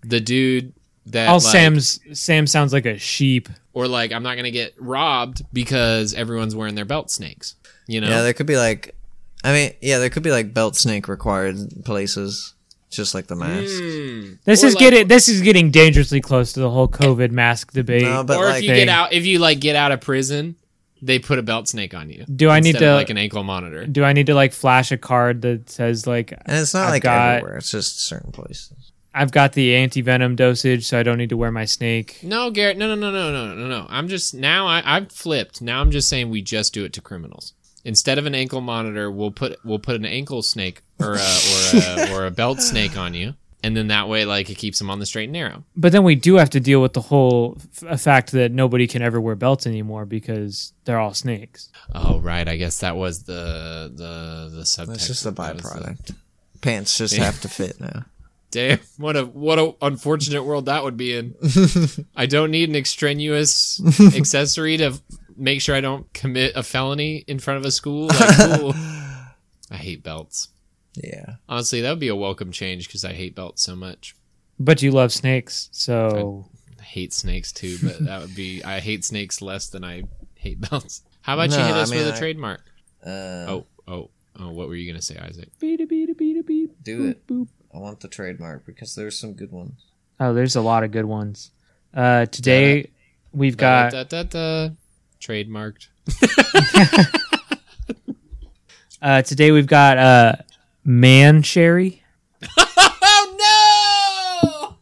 [SPEAKER 1] the dude that
[SPEAKER 2] All
[SPEAKER 1] like,
[SPEAKER 2] Sam's Sam sounds like a sheep.
[SPEAKER 1] or like I'm not gonna get robbed because everyone's wearing their belt snakes. You know,
[SPEAKER 3] yeah, there could be like, I mean, yeah, there could be like belt snake required places, just like the mask.
[SPEAKER 1] Hmm.
[SPEAKER 2] This
[SPEAKER 1] Or
[SPEAKER 2] is
[SPEAKER 1] like-
[SPEAKER 2] getting this is getting dangerously close to the whole COVID mask debate.
[SPEAKER 3] No, but
[SPEAKER 1] or
[SPEAKER 3] like,
[SPEAKER 1] if you
[SPEAKER 2] thing.
[SPEAKER 1] get out, if you like get out of prison, they put a belt snake on you.
[SPEAKER 2] Do I need
[SPEAKER 1] instead of,
[SPEAKER 2] to-
[SPEAKER 1] like an ankle monitor?
[SPEAKER 2] Do I need to like flash a card that says like
[SPEAKER 3] and it's not
[SPEAKER 2] I've
[SPEAKER 3] like
[SPEAKER 2] got-
[SPEAKER 3] everywhere; it's just certain places.
[SPEAKER 2] I've got the anti venom dosage, so I don't need to wear my snake?
[SPEAKER 1] No, Garrett. No, no, no, no, no, no, no. I'm just now. I I've flipped. Now I'm just saying we just do it to criminals. Instead of an ankle monitor, we'll put we'll put an ankle snake or a, or a, or a belt snake on you, and then that way, like it keeps them on the straight and narrow.
[SPEAKER 2] But then we do have to deal with the whole f- fact that nobody can ever wear belts anymore because they're all snakes.
[SPEAKER 1] Oh right, I guess that was the the the subtext.
[SPEAKER 3] That's just a
[SPEAKER 1] That was the-
[SPEAKER 3] byproduct. Pants just have to fit now.
[SPEAKER 1] Damn, what a what a unfortunate world that would be in. I don't need an extraneous accessory to f- make sure I don't commit a felony in front of a school. Like, cool. I hate belts.
[SPEAKER 3] Yeah,
[SPEAKER 1] Honestly, that would be a welcome change because I hate belts so much.
[SPEAKER 2] But you love snakes, so
[SPEAKER 1] I hate snakes too, but that would be I hate snakes less than I hate belts. How about you
[SPEAKER 3] No,
[SPEAKER 1] hit
[SPEAKER 3] I
[SPEAKER 1] us
[SPEAKER 3] mean,
[SPEAKER 1] with a
[SPEAKER 3] I-
[SPEAKER 1] trademark?
[SPEAKER 3] uh,
[SPEAKER 1] Oh, oh, oh! What were you gonna say, Isaac?
[SPEAKER 2] Beep, beep, beep, beep.
[SPEAKER 3] do it.
[SPEAKER 2] boop.
[SPEAKER 3] I want the trademark because there's some good ones.
[SPEAKER 2] Oh, there's a lot of good ones. Uh, today we've got
[SPEAKER 1] Da, da, da, da. Trademarked.
[SPEAKER 2] uh, today we've got uh, man sherry.
[SPEAKER 1] Oh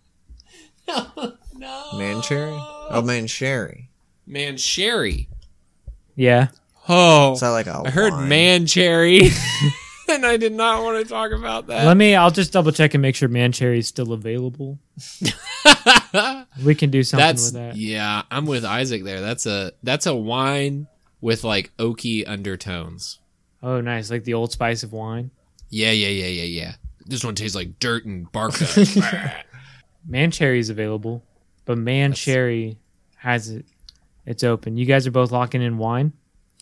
[SPEAKER 1] no! no.
[SPEAKER 3] Man cherry. Oh, man sherry.
[SPEAKER 1] Man Sherry.
[SPEAKER 2] Yeah,
[SPEAKER 1] Oh,
[SPEAKER 3] Is that like a?
[SPEAKER 1] I heard
[SPEAKER 3] wine?
[SPEAKER 1] Man Cherry, and I did not want to talk about
[SPEAKER 2] let
[SPEAKER 1] that.
[SPEAKER 2] me. I'll just double check and make sure man sherry's still available. We can do something
[SPEAKER 1] that's
[SPEAKER 2] with that.
[SPEAKER 1] yeah. I'm with Isaac there. That's a that's a wine with like oaky undertones.
[SPEAKER 2] Oh, nice, like the old spice of wine.
[SPEAKER 1] Yeah, yeah, yeah, yeah, yeah. This one tastes like dirt and barca.
[SPEAKER 2] Man Cherry is available, but Man Cherry has it. It's open. You guys are both locking in wine.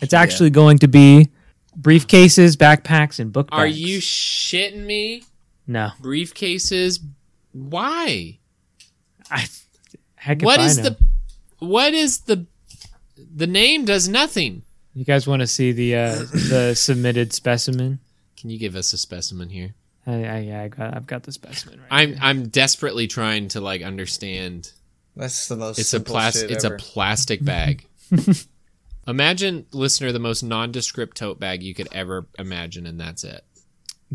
[SPEAKER 2] It's actually going to be briefcases, backpacks, and book bags.
[SPEAKER 1] Are you shitting me?
[SPEAKER 2] no.
[SPEAKER 1] Briefcases? Why?
[SPEAKER 2] I, heck if
[SPEAKER 1] What
[SPEAKER 2] I
[SPEAKER 1] is
[SPEAKER 2] know.
[SPEAKER 1] the what is the the name does nothing.
[SPEAKER 2] You guys want to see the uh, the submitted specimen?
[SPEAKER 1] Can you give us a specimen here?
[SPEAKER 2] I, I, I got, I've got the specimen right.
[SPEAKER 1] I'm I'm desperately trying to like understand.
[SPEAKER 3] That's the most.
[SPEAKER 1] It's a plastic. It's a plastic bag. imagine, listener, the most nondescript tote bag you could ever imagine, and that's it.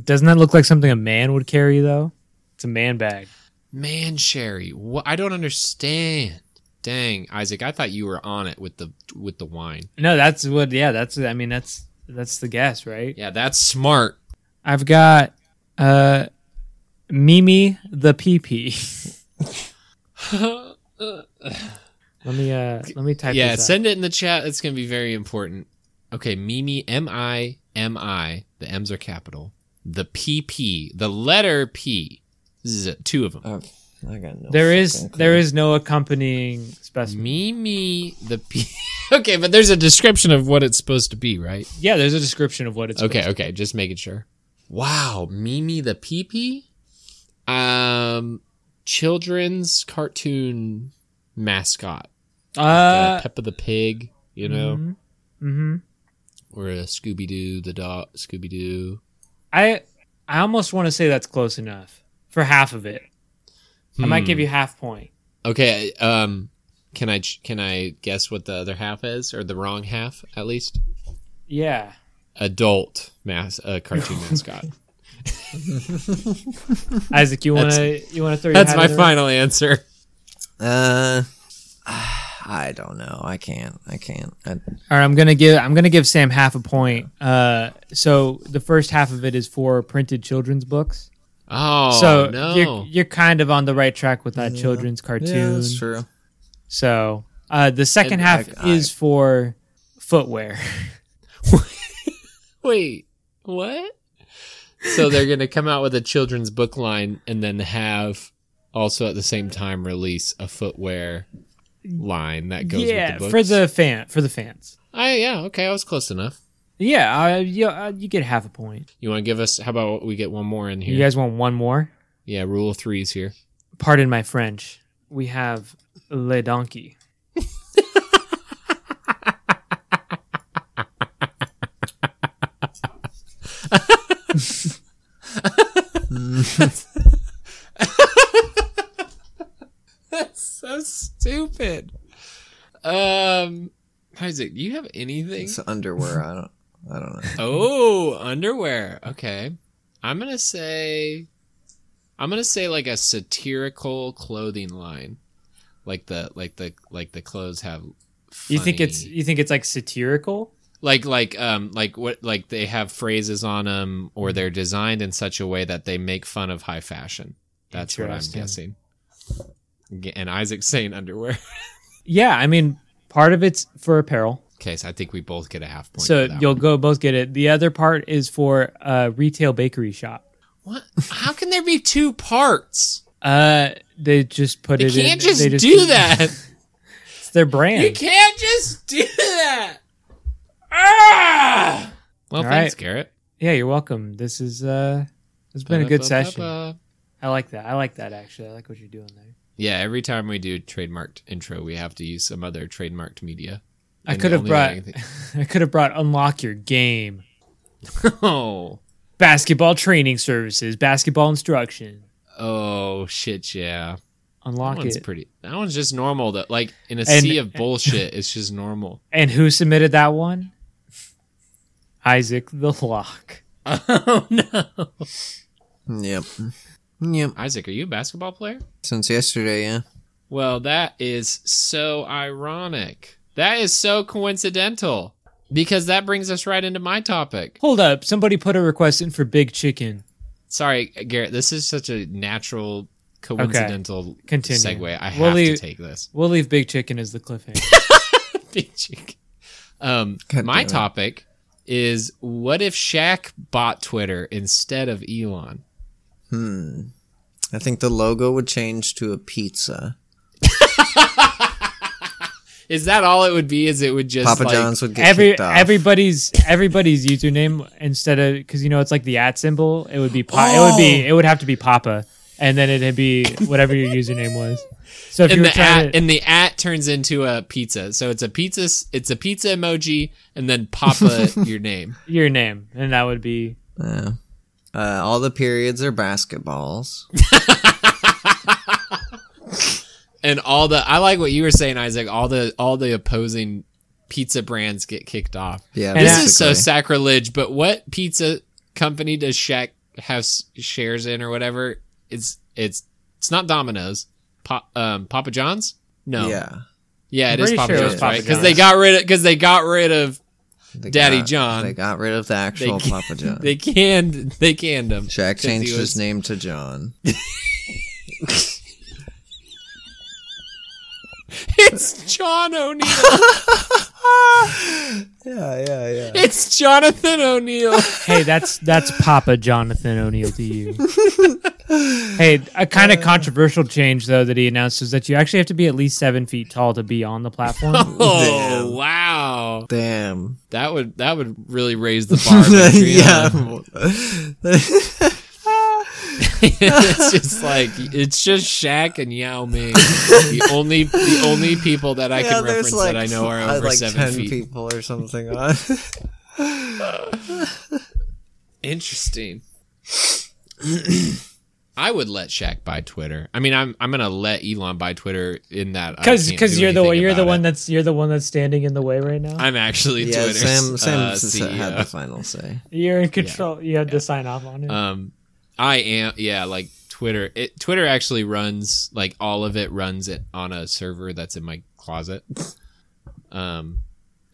[SPEAKER 2] Doesn't that look like something a man would carry though? It's a man bag.
[SPEAKER 1] Man, Sherry, wha I don't understand. Dang, Isaac, I thought you were on it with the with the wine.
[SPEAKER 2] No, that's what. Yeah, that's. I mean, that's that's the guess, right?
[SPEAKER 1] Yeah, that's smart.
[SPEAKER 2] I've got uh, Mimi the pee pee. Let me uh let me type
[SPEAKER 1] yeah,
[SPEAKER 2] this
[SPEAKER 1] send it in the chat. It's going to be very important. Okay, Mimi, M I M I. The M's are capital. The P P. The letter P. Z, two of them.
[SPEAKER 3] Oh, I got no.
[SPEAKER 2] up. There is
[SPEAKER 3] fucking clue.
[SPEAKER 2] there is no accompanying specimen.
[SPEAKER 1] Mimi, the P. okay, but there's a description of what it's supposed to be, right?
[SPEAKER 2] Yeah, there's a description of what it's
[SPEAKER 1] Okay, okay, just making sure. Wow, Mimi the P P. Um, children's cartoon mascot.
[SPEAKER 2] Uh
[SPEAKER 1] Uh, Peppa the pig, you know,
[SPEAKER 2] mhm.
[SPEAKER 1] or a Scooby Doo, the dog, Scooby Doo.
[SPEAKER 2] I I almost want to say that's close enough for half of it. I might
[SPEAKER 1] Hmm.
[SPEAKER 2] give you half point.
[SPEAKER 1] Okay. Um, can I ch- can I guess what the other half is, or the wrong half at least?
[SPEAKER 2] Yeah.
[SPEAKER 1] Adult mass uh, cartoon mascot.
[SPEAKER 2] Isaac, you want to you want to throw your
[SPEAKER 1] That's
[SPEAKER 2] hat
[SPEAKER 1] my
[SPEAKER 2] in the ring?
[SPEAKER 1] final answer.
[SPEAKER 3] Uh, I don't know. I can't. I can't. I,
[SPEAKER 2] All right, I'm gonna give I'm gonna give Sam half a point. Uh, so the first half of it is for printed children's books.
[SPEAKER 1] Oh
[SPEAKER 2] so
[SPEAKER 1] no!
[SPEAKER 2] you're you're kind of on the right track with that children's cartoon.
[SPEAKER 3] yeah, that's true.
[SPEAKER 2] So uh, the second
[SPEAKER 1] And
[SPEAKER 2] half
[SPEAKER 3] I- I-
[SPEAKER 2] is for footwear.
[SPEAKER 1] Wait, what? So they're going to come out with a children's book line and then have also at the same time release a footwear line that goes
[SPEAKER 2] yeah,
[SPEAKER 1] with the books.
[SPEAKER 2] for the fan for the fans.
[SPEAKER 1] I, yeah, okay, I was close enough.
[SPEAKER 2] Yeah, I, you, uh you get half a point.
[SPEAKER 1] You want to give us? How about we get one more in here?
[SPEAKER 2] You guys want one more?
[SPEAKER 1] yeah, rule of threes here.
[SPEAKER 2] Pardon my French. We have le donkey.
[SPEAKER 1] That's so stupid. Um, Isaac, do you have anything?
[SPEAKER 3] It's underwear. I don't. I don't know.
[SPEAKER 1] Oh, underwear. Okay. I'm going to say I'm going to say like a satirical clothing line. Like the like the like the clothes have
[SPEAKER 2] You think it's
[SPEAKER 1] funny-
[SPEAKER 2] you think it's like satirical?
[SPEAKER 1] like like um like what like they have phrases on them or they're designed in such a way that they make fun of high fashion. That's what I'm
[SPEAKER 2] Interesting.
[SPEAKER 1] guessing. G- And Isaac's saying underwear.
[SPEAKER 2] Yeah, I mean part of it's for apparel.
[SPEAKER 1] Okay, so I think we both get a half point.
[SPEAKER 2] so
[SPEAKER 1] for that
[SPEAKER 2] you'll go both get it. The other part is for a retail bakery shop.
[SPEAKER 1] one. what? How can there be two parts?
[SPEAKER 2] Uh, they just put
[SPEAKER 1] You
[SPEAKER 2] it.
[SPEAKER 1] can't
[SPEAKER 2] in,
[SPEAKER 1] just,
[SPEAKER 2] they
[SPEAKER 1] do that.
[SPEAKER 2] It's their
[SPEAKER 1] You
[SPEAKER 2] brand.
[SPEAKER 1] can't just do that. Ah! Well,
[SPEAKER 2] All
[SPEAKER 1] thanks,
[SPEAKER 2] right.
[SPEAKER 1] Garrett.
[SPEAKER 2] Yeah, you're welcome. This is uh, it's been a good session.
[SPEAKER 1] Ba-da-ba-ba-ba.
[SPEAKER 2] I like that. I like that actually. I like what you're doing there.
[SPEAKER 1] Yeah, every time we do trademarked intro, we have to use some other trademarked media.
[SPEAKER 2] I
[SPEAKER 1] And
[SPEAKER 2] could
[SPEAKER 1] the only
[SPEAKER 2] have brought.
[SPEAKER 1] thing
[SPEAKER 2] I could have brought unlock your game,
[SPEAKER 1] I think- oh,
[SPEAKER 2] basketball training services, basketball instruction.
[SPEAKER 1] oh shit, yeah. That
[SPEAKER 2] Unlock
[SPEAKER 1] one's
[SPEAKER 2] it.
[SPEAKER 1] pretty. That one's just normal. That like in a
[SPEAKER 2] And-
[SPEAKER 1] sea of bullshit, it's just normal.
[SPEAKER 2] and who submitted that one? Isaac the Lock.
[SPEAKER 1] Oh no,
[SPEAKER 3] Yep. Yep.
[SPEAKER 1] Isaac, are you a basketball player?
[SPEAKER 3] Since yesterday, yeah.
[SPEAKER 1] Well, that is so ironic. That is so coincidental because that brings us right into my topic.
[SPEAKER 2] Hold up, somebody put a request in for Big Chicken.
[SPEAKER 1] Sorry, Garrett, this is such a natural coincidental
[SPEAKER 2] Continue.
[SPEAKER 1] segue. I have
[SPEAKER 2] We'll
[SPEAKER 1] to
[SPEAKER 2] leave-
[SPEAKER 1] take this.
[SPEAKER 2] We'll leave Big Chicken as the cliffhanger.
[SPEAKER 1] um,
[SPEAKER 3] God
[SPEAKER 1] my
[SPEAKER 3] damn it.
[SPEAKER 1] topic is what if Shaq bought Twitter instead of Elon?
[SPEAKER 3] Hmm. I think the logo would change to a pizza.
[SPEAKER 1] Is that all it would be? Is it would just
[SPEAKER 3] Papa
[SPEAKER 1] like,
[SPEAKER 3] John's would get
[SPEAKER 2] Every
[SPEAKER 3] kicked off.
[SPEAKER 2] everybody's everybody's username instead of because you know it's like the at symbol. It would be pa- it would
[SPEAKER 3] Oh.
[SPEAKER 2] be it would have to be Papa, and then it'd be whatever your username was. So if you
[SPEAKER 1] and
[SPEAKER 2] were
[SPEAKER 1] the
[SPEAKER 2] trying
[SPEAKER 1] at
[SPEAKER 2] to,
[SPEAKER 1] and the at turns into a pizza. So it's a pizza. s- It's a pizza emoji, and then Papa your name.
[SPEAKER 2] your name, and that would be
[SPEAKER 3] Yeah. Uh, all the periods are basketballs.
[SPEAKER 1] And all the I like what you were saying, Isaac. All the all the opposing pizza brands get kicked off.
[SPEAKER 3] Yeah,
[SPEAKER 2] And
[SPEAKER 1] this is so
[SPEAKER 3] basically.
[SPEAKER 1] sacrilege. But what pizza company does Shaq have s- shares in or whatever? It's it's it's not Domino's. Pa- um, Papa John's? No. Yeah,
[SPEAKER 3] Yeah.
[SPEAKER 1] it
[SPEAKER 2] I'm
[SPEAKER 1] is
[SPEAKER 2] pretty
[SPEAKER 1] Papa
[SPEAKER 2] sure it
[SPEAKER 1] John's,
[SPEAKER 2] was Papa
[SPEAKER 1] Because they
[SPEAKER 3] John's.
[SPEAKER 1] got rid of because they got rid of
[SPEAKER 3] They
[SPEAKER 1] Daddy
[SPEAKER 3] got-
[SPEAKER 1] John.
[SPEAKER 3] They got rid of the actual
[SPEAKER 1] They-
[SPEAKER 3] Papa John.
[SPEAKER 1] they canned they canned them.
[SPEAKER 3] Shaq
[SPEAKER 1] 'Cause
[SPEAKER 3] changed
[SPEAKER 1] he
[SPEAKER 3] his
[SPEAKER 1] was-
[SPEAKER 3] name to John.
[SPEAKER 1] It's John O'Neill.
[SPEAKER 3] Yeah, yeah, yeah.
[SPEAKER 1] It's Jonathan O'Neill.
[SPEAKER 2] hey, that's that's Papa Jonathan O'Neill to you. hey, a kind
[SPEAKER 3] Uh.
[SPEAKER 2] of controversial change though that he announced is that you actually have to be at least seven feet tall to be on the platform.
[SPEAKER 1] Oh
[SPEAKER 3] Damn.
[SPEAKER 1] wow,
[SPEAKER 3] Damn.
[SPEAKER 1] that would that would really raise the bar. yeah,
[SPEAKER 3] yeah.
[SPEAKER 1] it's just like it's just Shaq and Yao Ming, the only the only people that I
[SPEAKER 3] Yeah,
[SPEAKER 1] can
[SPEAKER 3] there's
[SPEAKER 1] reference that I know are
[SPEAKER 3] uh,
[SPEAKER 1] over
[SPEAKER 3] like
[SPEAKER 1] seven
[SPEAKER 3] 10
[SPEAKER 1] feet.
[SPEAKER 3] people or something on.
[SPEAKER 1] Interesting. I would let Shaq buy Twitter. I mean, I'm I'm gonna let Elon buy Twitter in that
[SPEAKER 2] Because because you're the one you're the one that's you're the one that's standing in the way right now.
[SPEAKER 1] I'm actually
[SPEAKER 3] yeah,
[SPEAKER 1] Twitter's
[SPEAKER 3] Sam Sam
[SPEAKER 1] uh,
[SPEAKER 3] s-
[SPEAKER 1] CEO.
[SPEAKER 3] had the final say.
[SPEAKER 2] You're in control. You have to sign off on it.
[SPEAKER 1] Um, I am. Yeah, like Twitter. It Twitter actually runs like all of it runs it on a server that's in my closet. Um,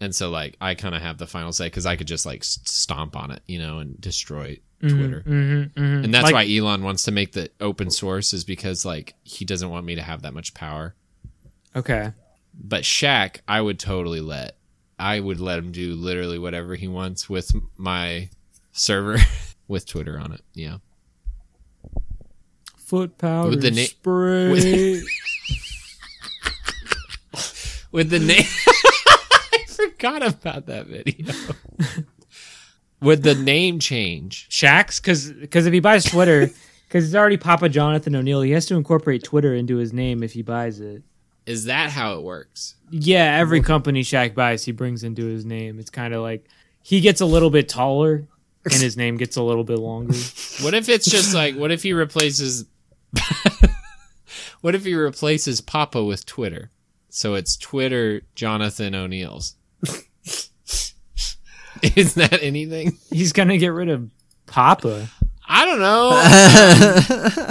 [SPEAKER 1] and so like I kind of have the final say because I could just like s- stomp on it, you know, and destroy Twitter.
[SPEAKER 2] Mhm, mhm.
[SPEAKER 1] And that's
[SPEAKER 2] Like-
[SPEAKER 1] why Elon wants to make the open source is because like he doesn't want me to have that much power.
[SPEAKER 2] Okay.
[SPEAKER 1] But Shaq, I would totally let. I would let him do literally whatever he wants with my server with Twitter on it. Yeah.
[SPEAKER 2] Foot powder
[SPEAKER 1] With the na-
[SPEAKER 2] spray.
[SPEAKER 1] with- with the name. I forgot about that video. with the name change,
[SPEAKER 2] Shaq's because if he buys Twitter, because it's already Papa Jonathan O'Neill, he has to incorporate Twitter into his name if he buys it.
[SPEAKER 1] is that how it works?
[SPEAKER 2] Yeah, every company Shaq buys, he brings into his name. It's kind of like he gets a little bit taller, and his name gets a little bit longer.
[SPEAKER 1] What if it's just like? What if he replaces? what if he replaces Papa with Twitter? So it's Twitter Jonathan O'Neill's. is that anything?
[SPEAKER 2] He's gonna get rid of Papa.
[SPEAKER 1] I don't know.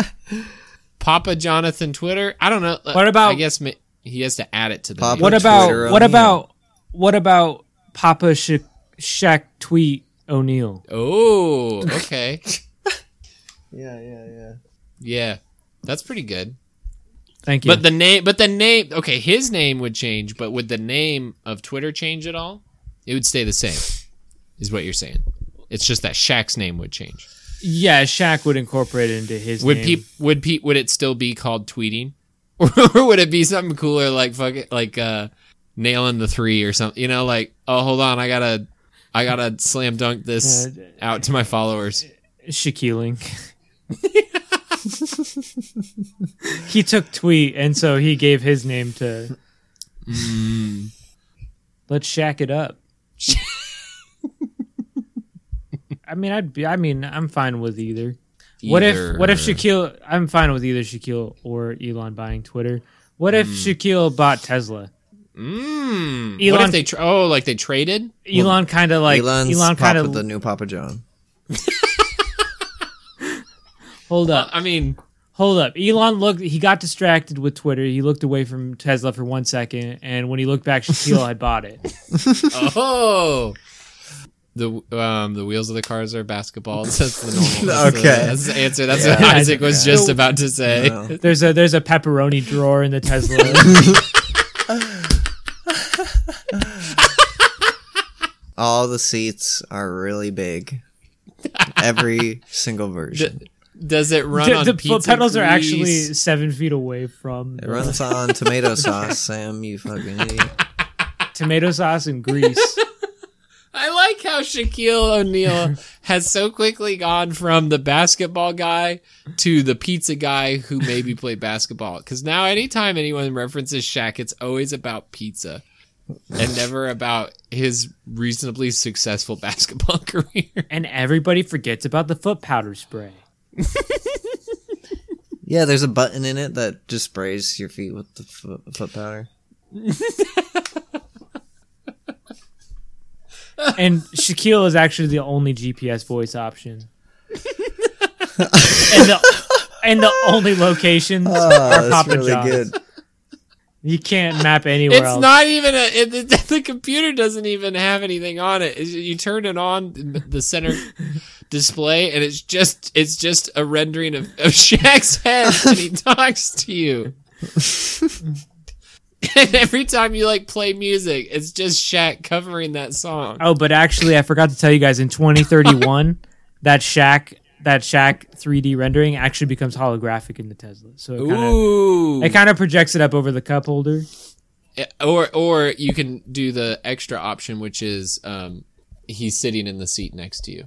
[SPEAKER 1] Oh. Papa Jonathan Twitter. I don't know.
[SPEAKER 2] What about-
[SPEAKER 1] I guess ma- he has to add it to the.
[SPEAKER 3] Papa
[SPEAKER 1] name.
[SPEAKER 2] What
[SPEAKER 3] Put
[SPEAKER 2] about
[SPEAKER 3] Twitter
[SPEAKER 2] what
[SPEAKER 3] on
[SPEAKER 2] about what about Papa Sha- Shaq tweet O'Neal?
[SPEAKER 1] Oh, okay.
[SPEAKER 3] Yeah, yeah, yeah.
[SPEAKER 1] yeah. That's pretty good.
[SPEAKER 2] Thank you.
[SPEAKER 1] But the name but the name okay, his name would change, but would the name of Twitter change at all? It would stay the same. Is what you're saying. It's just that Shaq's name would change.
[SPEAKER 2] yeah, Shaq would incorporate it into his
[SPEAKER 1] Would
[SPEAKER 2] name.
[SPEAKER 1] peop would pe- would it still be called tweeting? or would it be something cooler like fuck it, like uh nailing the 3 or something, you know, like oh hold on, I got to I got to slam dunk this
[SPEAKER 2] Yeah, d-
[SPEAKER 1] out to my followers.
[SPEAKER 2] Shaquille. he took tweet, and so he gave his name to. Let's shack it up. I mean, I'd be. I mean, I'm fine with either. What if What if
[SPEAKER 1] Either-
[SPEAKER 2] Shaquille? I'm fine with either Shaquille or Elon buying Twitter. What if Shaquille bought Tesla?
[SPEAKER 1] Mm. what
[SPEAKER 2] Elon-
[SPEAKER 1] if they tra- oh like they traded?
[SPEAKER 2] Elon kind of like
[SPEAKER 3] Elon's
[SPEAKER 2] Elon kind
[SPEAKER 3] Papa,
[SPEAKER 2] of
[SPEAKER 3] the new Papa John.
[SPEAKER 2] hold up.
[SPEAKER 1] I mean,
[SPEAKER 2] Hold up. Elon looked he got distracted with Twitter. He looked away from Tesla for one second and when he looked back Shaquille had bought it.
[SPEAKER 1] oh, the um the wheels of the cars are basketballs. That's the normal. That's the-
[SPEAKER 3] Okay.
[SPEAKER 1] that's the answer. That's what
[SPEAKER 2] Yeah.
[SPEAKER 1] Isaac was
[SPEAKER 2] Yeah.
[SPEAKER 1] just about to say.
[SPEAKER 3] No.
[SPEAKER 2] There's a there's a pepperoni drawer in the Tesla.
[SPEAKER 3] All the seats are really big. Every single version.
[SPEAKER 1] Does it run
[SPEAKER 2] the
[SPEAKER 1] on
[SPEAKER 2] the
[SPEAKER 1] pizza
[SPEAKER 2] foot pedals are actually
[SPEAKER 1] grease?
[SPEAKER 2] seven feet away from
[SPEAKER 3] It
[SPEAKER 2] the
[SPEAKER 3] runs on tomato sauce, Sam. You fucking idiot.
[SPEAKER 2] tomato sauce and grease.
[SPEAKER 1] I like how Shaquille O'Neal has so quickly gone from the basketball guy to the pizza guy who maybe played basketball. Because now, anytime anyone references Shaq, it's always about pizza and never about his reasonably successful basketball career.
[SPEAKER 2] and everybody forgets about the foot powder spray.
[SPEAKER 3] Yeah, there's a button in it that just sprays your feet with the foot, foot powder.
[SPEAKER 2] And Shaquille is actually the only GPS voice option. and the and the only locations
[SPEAKER 1] Ah,
[SPEAKER 3] Oh,
[SPEAKER 2] are Papa John's. You can't map anywhere
[SPEAKER 1] It's
[SPEAKER 2] else.
[SPEAKER 1] not even a. It, the, the computer doesn't even have anything on it. It's- You turn it on the center display, and it's just it's just a rendering of, of Shaq's head, and he talks to you. and every time you like play music, it's just Shaq covering that song.
[SPEAKER 2] Oh, but actually, I forgot to tell you guys. In 2031, that Shack that Shack 3D rendering actually becomes holographic in the Tesla. So
[SPEAKER 3] Oh,
[SPEAKER 1] Ooh,
[SPEAKER 2] it kind of it kind of projects it up over the cup holder.
[SPEAKER 1] or or you can do the extra option, which is um, he's sitting in the seat next to you.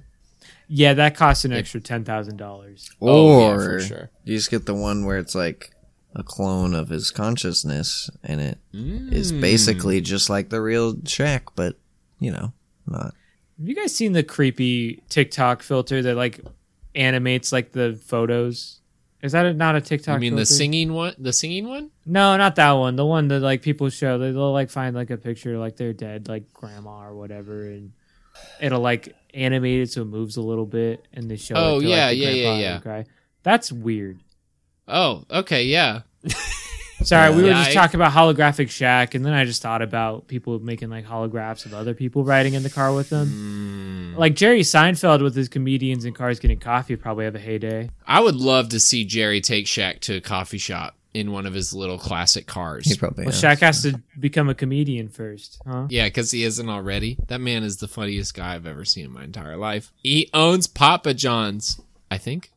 [SPEAKER 2] Yeah, that costs an extra ten thousand dollars.
[SPEAKER 3] Or
[SPEAKER 1] Oh, yeah, for sure.
[SPEAKER 3] you just get the one where it's like a clone of his consciousness, and it is
[SPEAKER 1] Hmm. Mm.
[SPEAKER 3] basically just like the real Shaq, but you know, not.
[SPEAKER 2] Have you guys seen the creepy TikTok filter that like animates like the photos? Is that a, not a TikTok?
[SPEAKER 1] I mean the
[SPEAKER 2] filter?
[SPEAKER 1] singing one, the singing one.
[SPEAKER 2] No, not that one. The one that like people show. They, they'll like find like a picture of, like their dead like grandma or whatever, and it'll like animate it so it moves a little bit, and they show.
[SPEAKER 1] Oh,
[SPEAKER 2] it to,
[SPEAKER 1] yeah,
[SPEAKER 2] like, the
[SPEAKER 1] yeah, yeah,
[SPEAKER 2] grandpa
[SPEAKER 1] yeah.
[SPEAKER 2] and the guy. That's weird.
[SPEAKER 1] Oh, okay, yeah.
[SPEAKER 2] Sorry, we were
[SPEAKER 1] Yeah,
[SPEAKER 2] just
[SPEAKER 1] I-
[SPEAKER 2] talking about holographic Shack, and then I just thought about people making like holographs of other people riding in the car with them.
[SPEAKER 1] Mm.
[SPEAKER 2] Like Jerry Seinfeld with his comedians in cars getting coffee would probably have a heyday.
[SPEAKER 1] I would love to see Jerry take Shaq to a coffee shop in one of his little classic cars.
[SPEAKER 3] He probably
[SPEAKER 2] Well,
[SPEAKER 3] has.
[SPEAKER 2] Shaq has to become a comedian first, huh?
[SPEAKER 1] Yeah, because he isn't already. That man is the funniest guy I've ever seen in my entire life. He owns Papa John's, I think.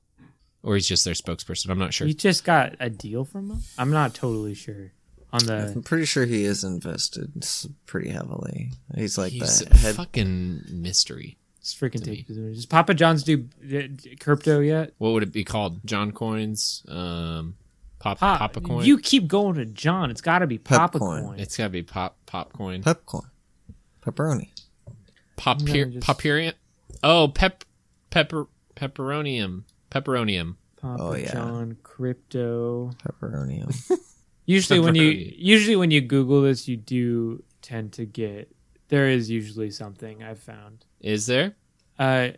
[SPEAKER 1] Or he's just their spokesperson. I'm not sure.
[SPEAKER 2] He just got a deal from him. I'm not totally sure on the
[SPEAKER 3] I'm pretty sure he is invested s- pretty heavily. He's like
[SPEAKER 1] he's
[SPEAKER 3] that
[SPEAKER 1] a
[SPEAKER 3] head.
[SPEAKER 1] fucking mystery.
[SPEAKER 2] it's freaking tape. Does Papa John's do d- d- crypto yet?
[SPEAKER 1] What would it be called? John coins? Um, pop,
[SPEAKER 2] Pop,
[SPEAKER 1] Papa coin?
[SPEAKER 2] You keep going to John. It's got to be Papa
[SPEAKER 3] Popcorn.
[SPEAKER 2] coin.
[SPEAKER 1] it's got to be pop, pop coin.
[SPEAKER 3] Popcorn. Pepperoni.
[SPEAKER 1] Pop,
[SPEAKER 2] No,
[SPEAKER 1] pier,
[SPEAKER 2] just-
[SPEAKER 1] popurian? Oh, pep, pepper, pepperonium. Pepperonium.
[SPEAKER 2] Papa
[SPEAKER 3] Oh, yeah.
[SPEAKER 2] John crypto.
[SPEAKER 3] Pepperoni.
[SPEAKER 2] Usually when you
[SPEAKER 1] Pepperoni.
[SPEAKER 2] usually when you Google this, you do tend to get there is usually something I've found.
[SPEAKER 1] Is there?
[SPEAKER 2] Uh,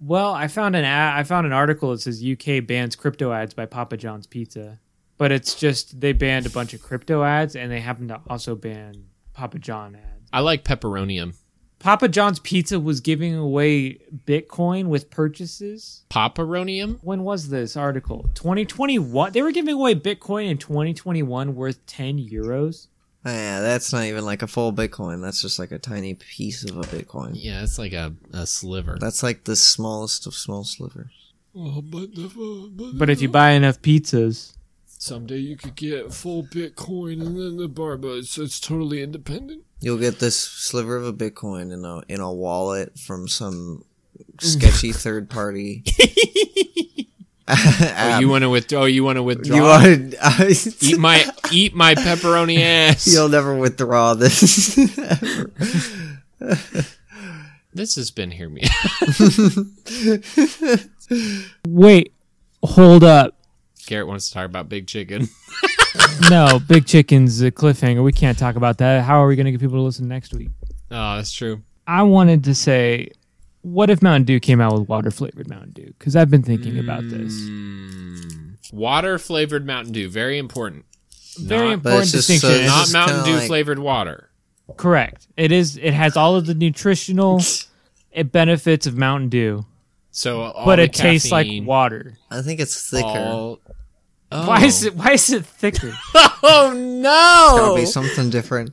[SPEAKER 2] well, I found an ad, I found an article that says UK bans crypto ads by Papa John's Pizza, but it's just they banned a bunch of crypto ads and they happen to also ban Papa John ads.
[SPEAKER 1] I like pepperonium.
[SPEAKER 2] Papa John's Pizza was giving away Bitcoin with purchases.
[SPEAKER 1] Paparonium?
[SPEAKER 2] When was this article? 2021. They were giving away Bitcoin in 2021 worth 10 euros.
[SPEAKER 3] Oh, yeah, that's not even like a full Bitcoin. That's just like a tiny piece of a Bitcoin.
[SPEAKER 1] Yeah, it's like a, a sliver.
[SPEAKER 3] That's like the smallest of small slivers.
[SPEAKER 1] Oh, but, the,
[SPEAKER 2] But if you buy enough pizzas,
[SPEAKER 1] Someday you could get full Bitcoin and then the bar, but it's, it's totally independent.
[SPEAKER 3] You'll get this sliver of a Bitcoin in a in a wallet from some
[SPEAKER 1] Mm.
[SPEAKER 3] sketchy third party.
[SPEAKER 1] Oh, you want to withdraw? Oh, you want to withdraw?
[SPEAKER 3] Um, You want? I,
[SPEAKER 1] eat my eat my pepperoni ass.
[SPEAKER 3] You'll never withdraw this. ever.
[SPEAKER 1] This has been hear me.
[SPEAKER 2] wait, hold up.
[SPEAKER 1] Garrett wants to talk about big chicken.
[SPEAKER 2] no, Big Chicken's a cliffhanger. We can't talk about that. How are we going to get people to listen next week?
[SPEAKER 1] Oh, that's true.
[SPEAKER 2] I wanted to say, what if Mountain Dew came out with water flavored Mountain Dew? Because I've been thinking about
[SPEAKER 1] Mm,
[SPEAKER 2] this.
[SPEAKER 1] Water flavored Hmm. Mountain Dew, very important. not,
[SPEAKER 2] Very
[SPEAKER 3] But
[SPEAKER 2] important
[SPEAKER 3] it's just
[SPEAKER 2] distinction.
[SPEAKER 3] so-
[SPEAKER 2] It's-
[SPEAKER 1] uh, Not
[SPEAKER 3] is
[SPEAKER 1] Mountain
[SPEAKER 3] kinda
[SPEAKER 1] Dew
[SPEAKER 3] like-
[SPEAKER 1] flavored water.
[SPEAKER 2] correct. It is. It has all of the nutritional eh, benefits of Mountain Dew,
[SPEAKER 1] So, all
[SPEAKER 2] but
[SPEAKER 1] the
[SPEAKER 2] it tastes like
[SPEAKER 1] caffeine,
[SPEAKER 2] water.
[SPEAKER 3] I think it's thicker.
[SPEAKER 1] all- Oh.
[SPEAKER 2] Why is it? Why is it thicker?
[SPEAKER 1] Oh no!
[SPEAKER 3] It'll be something different.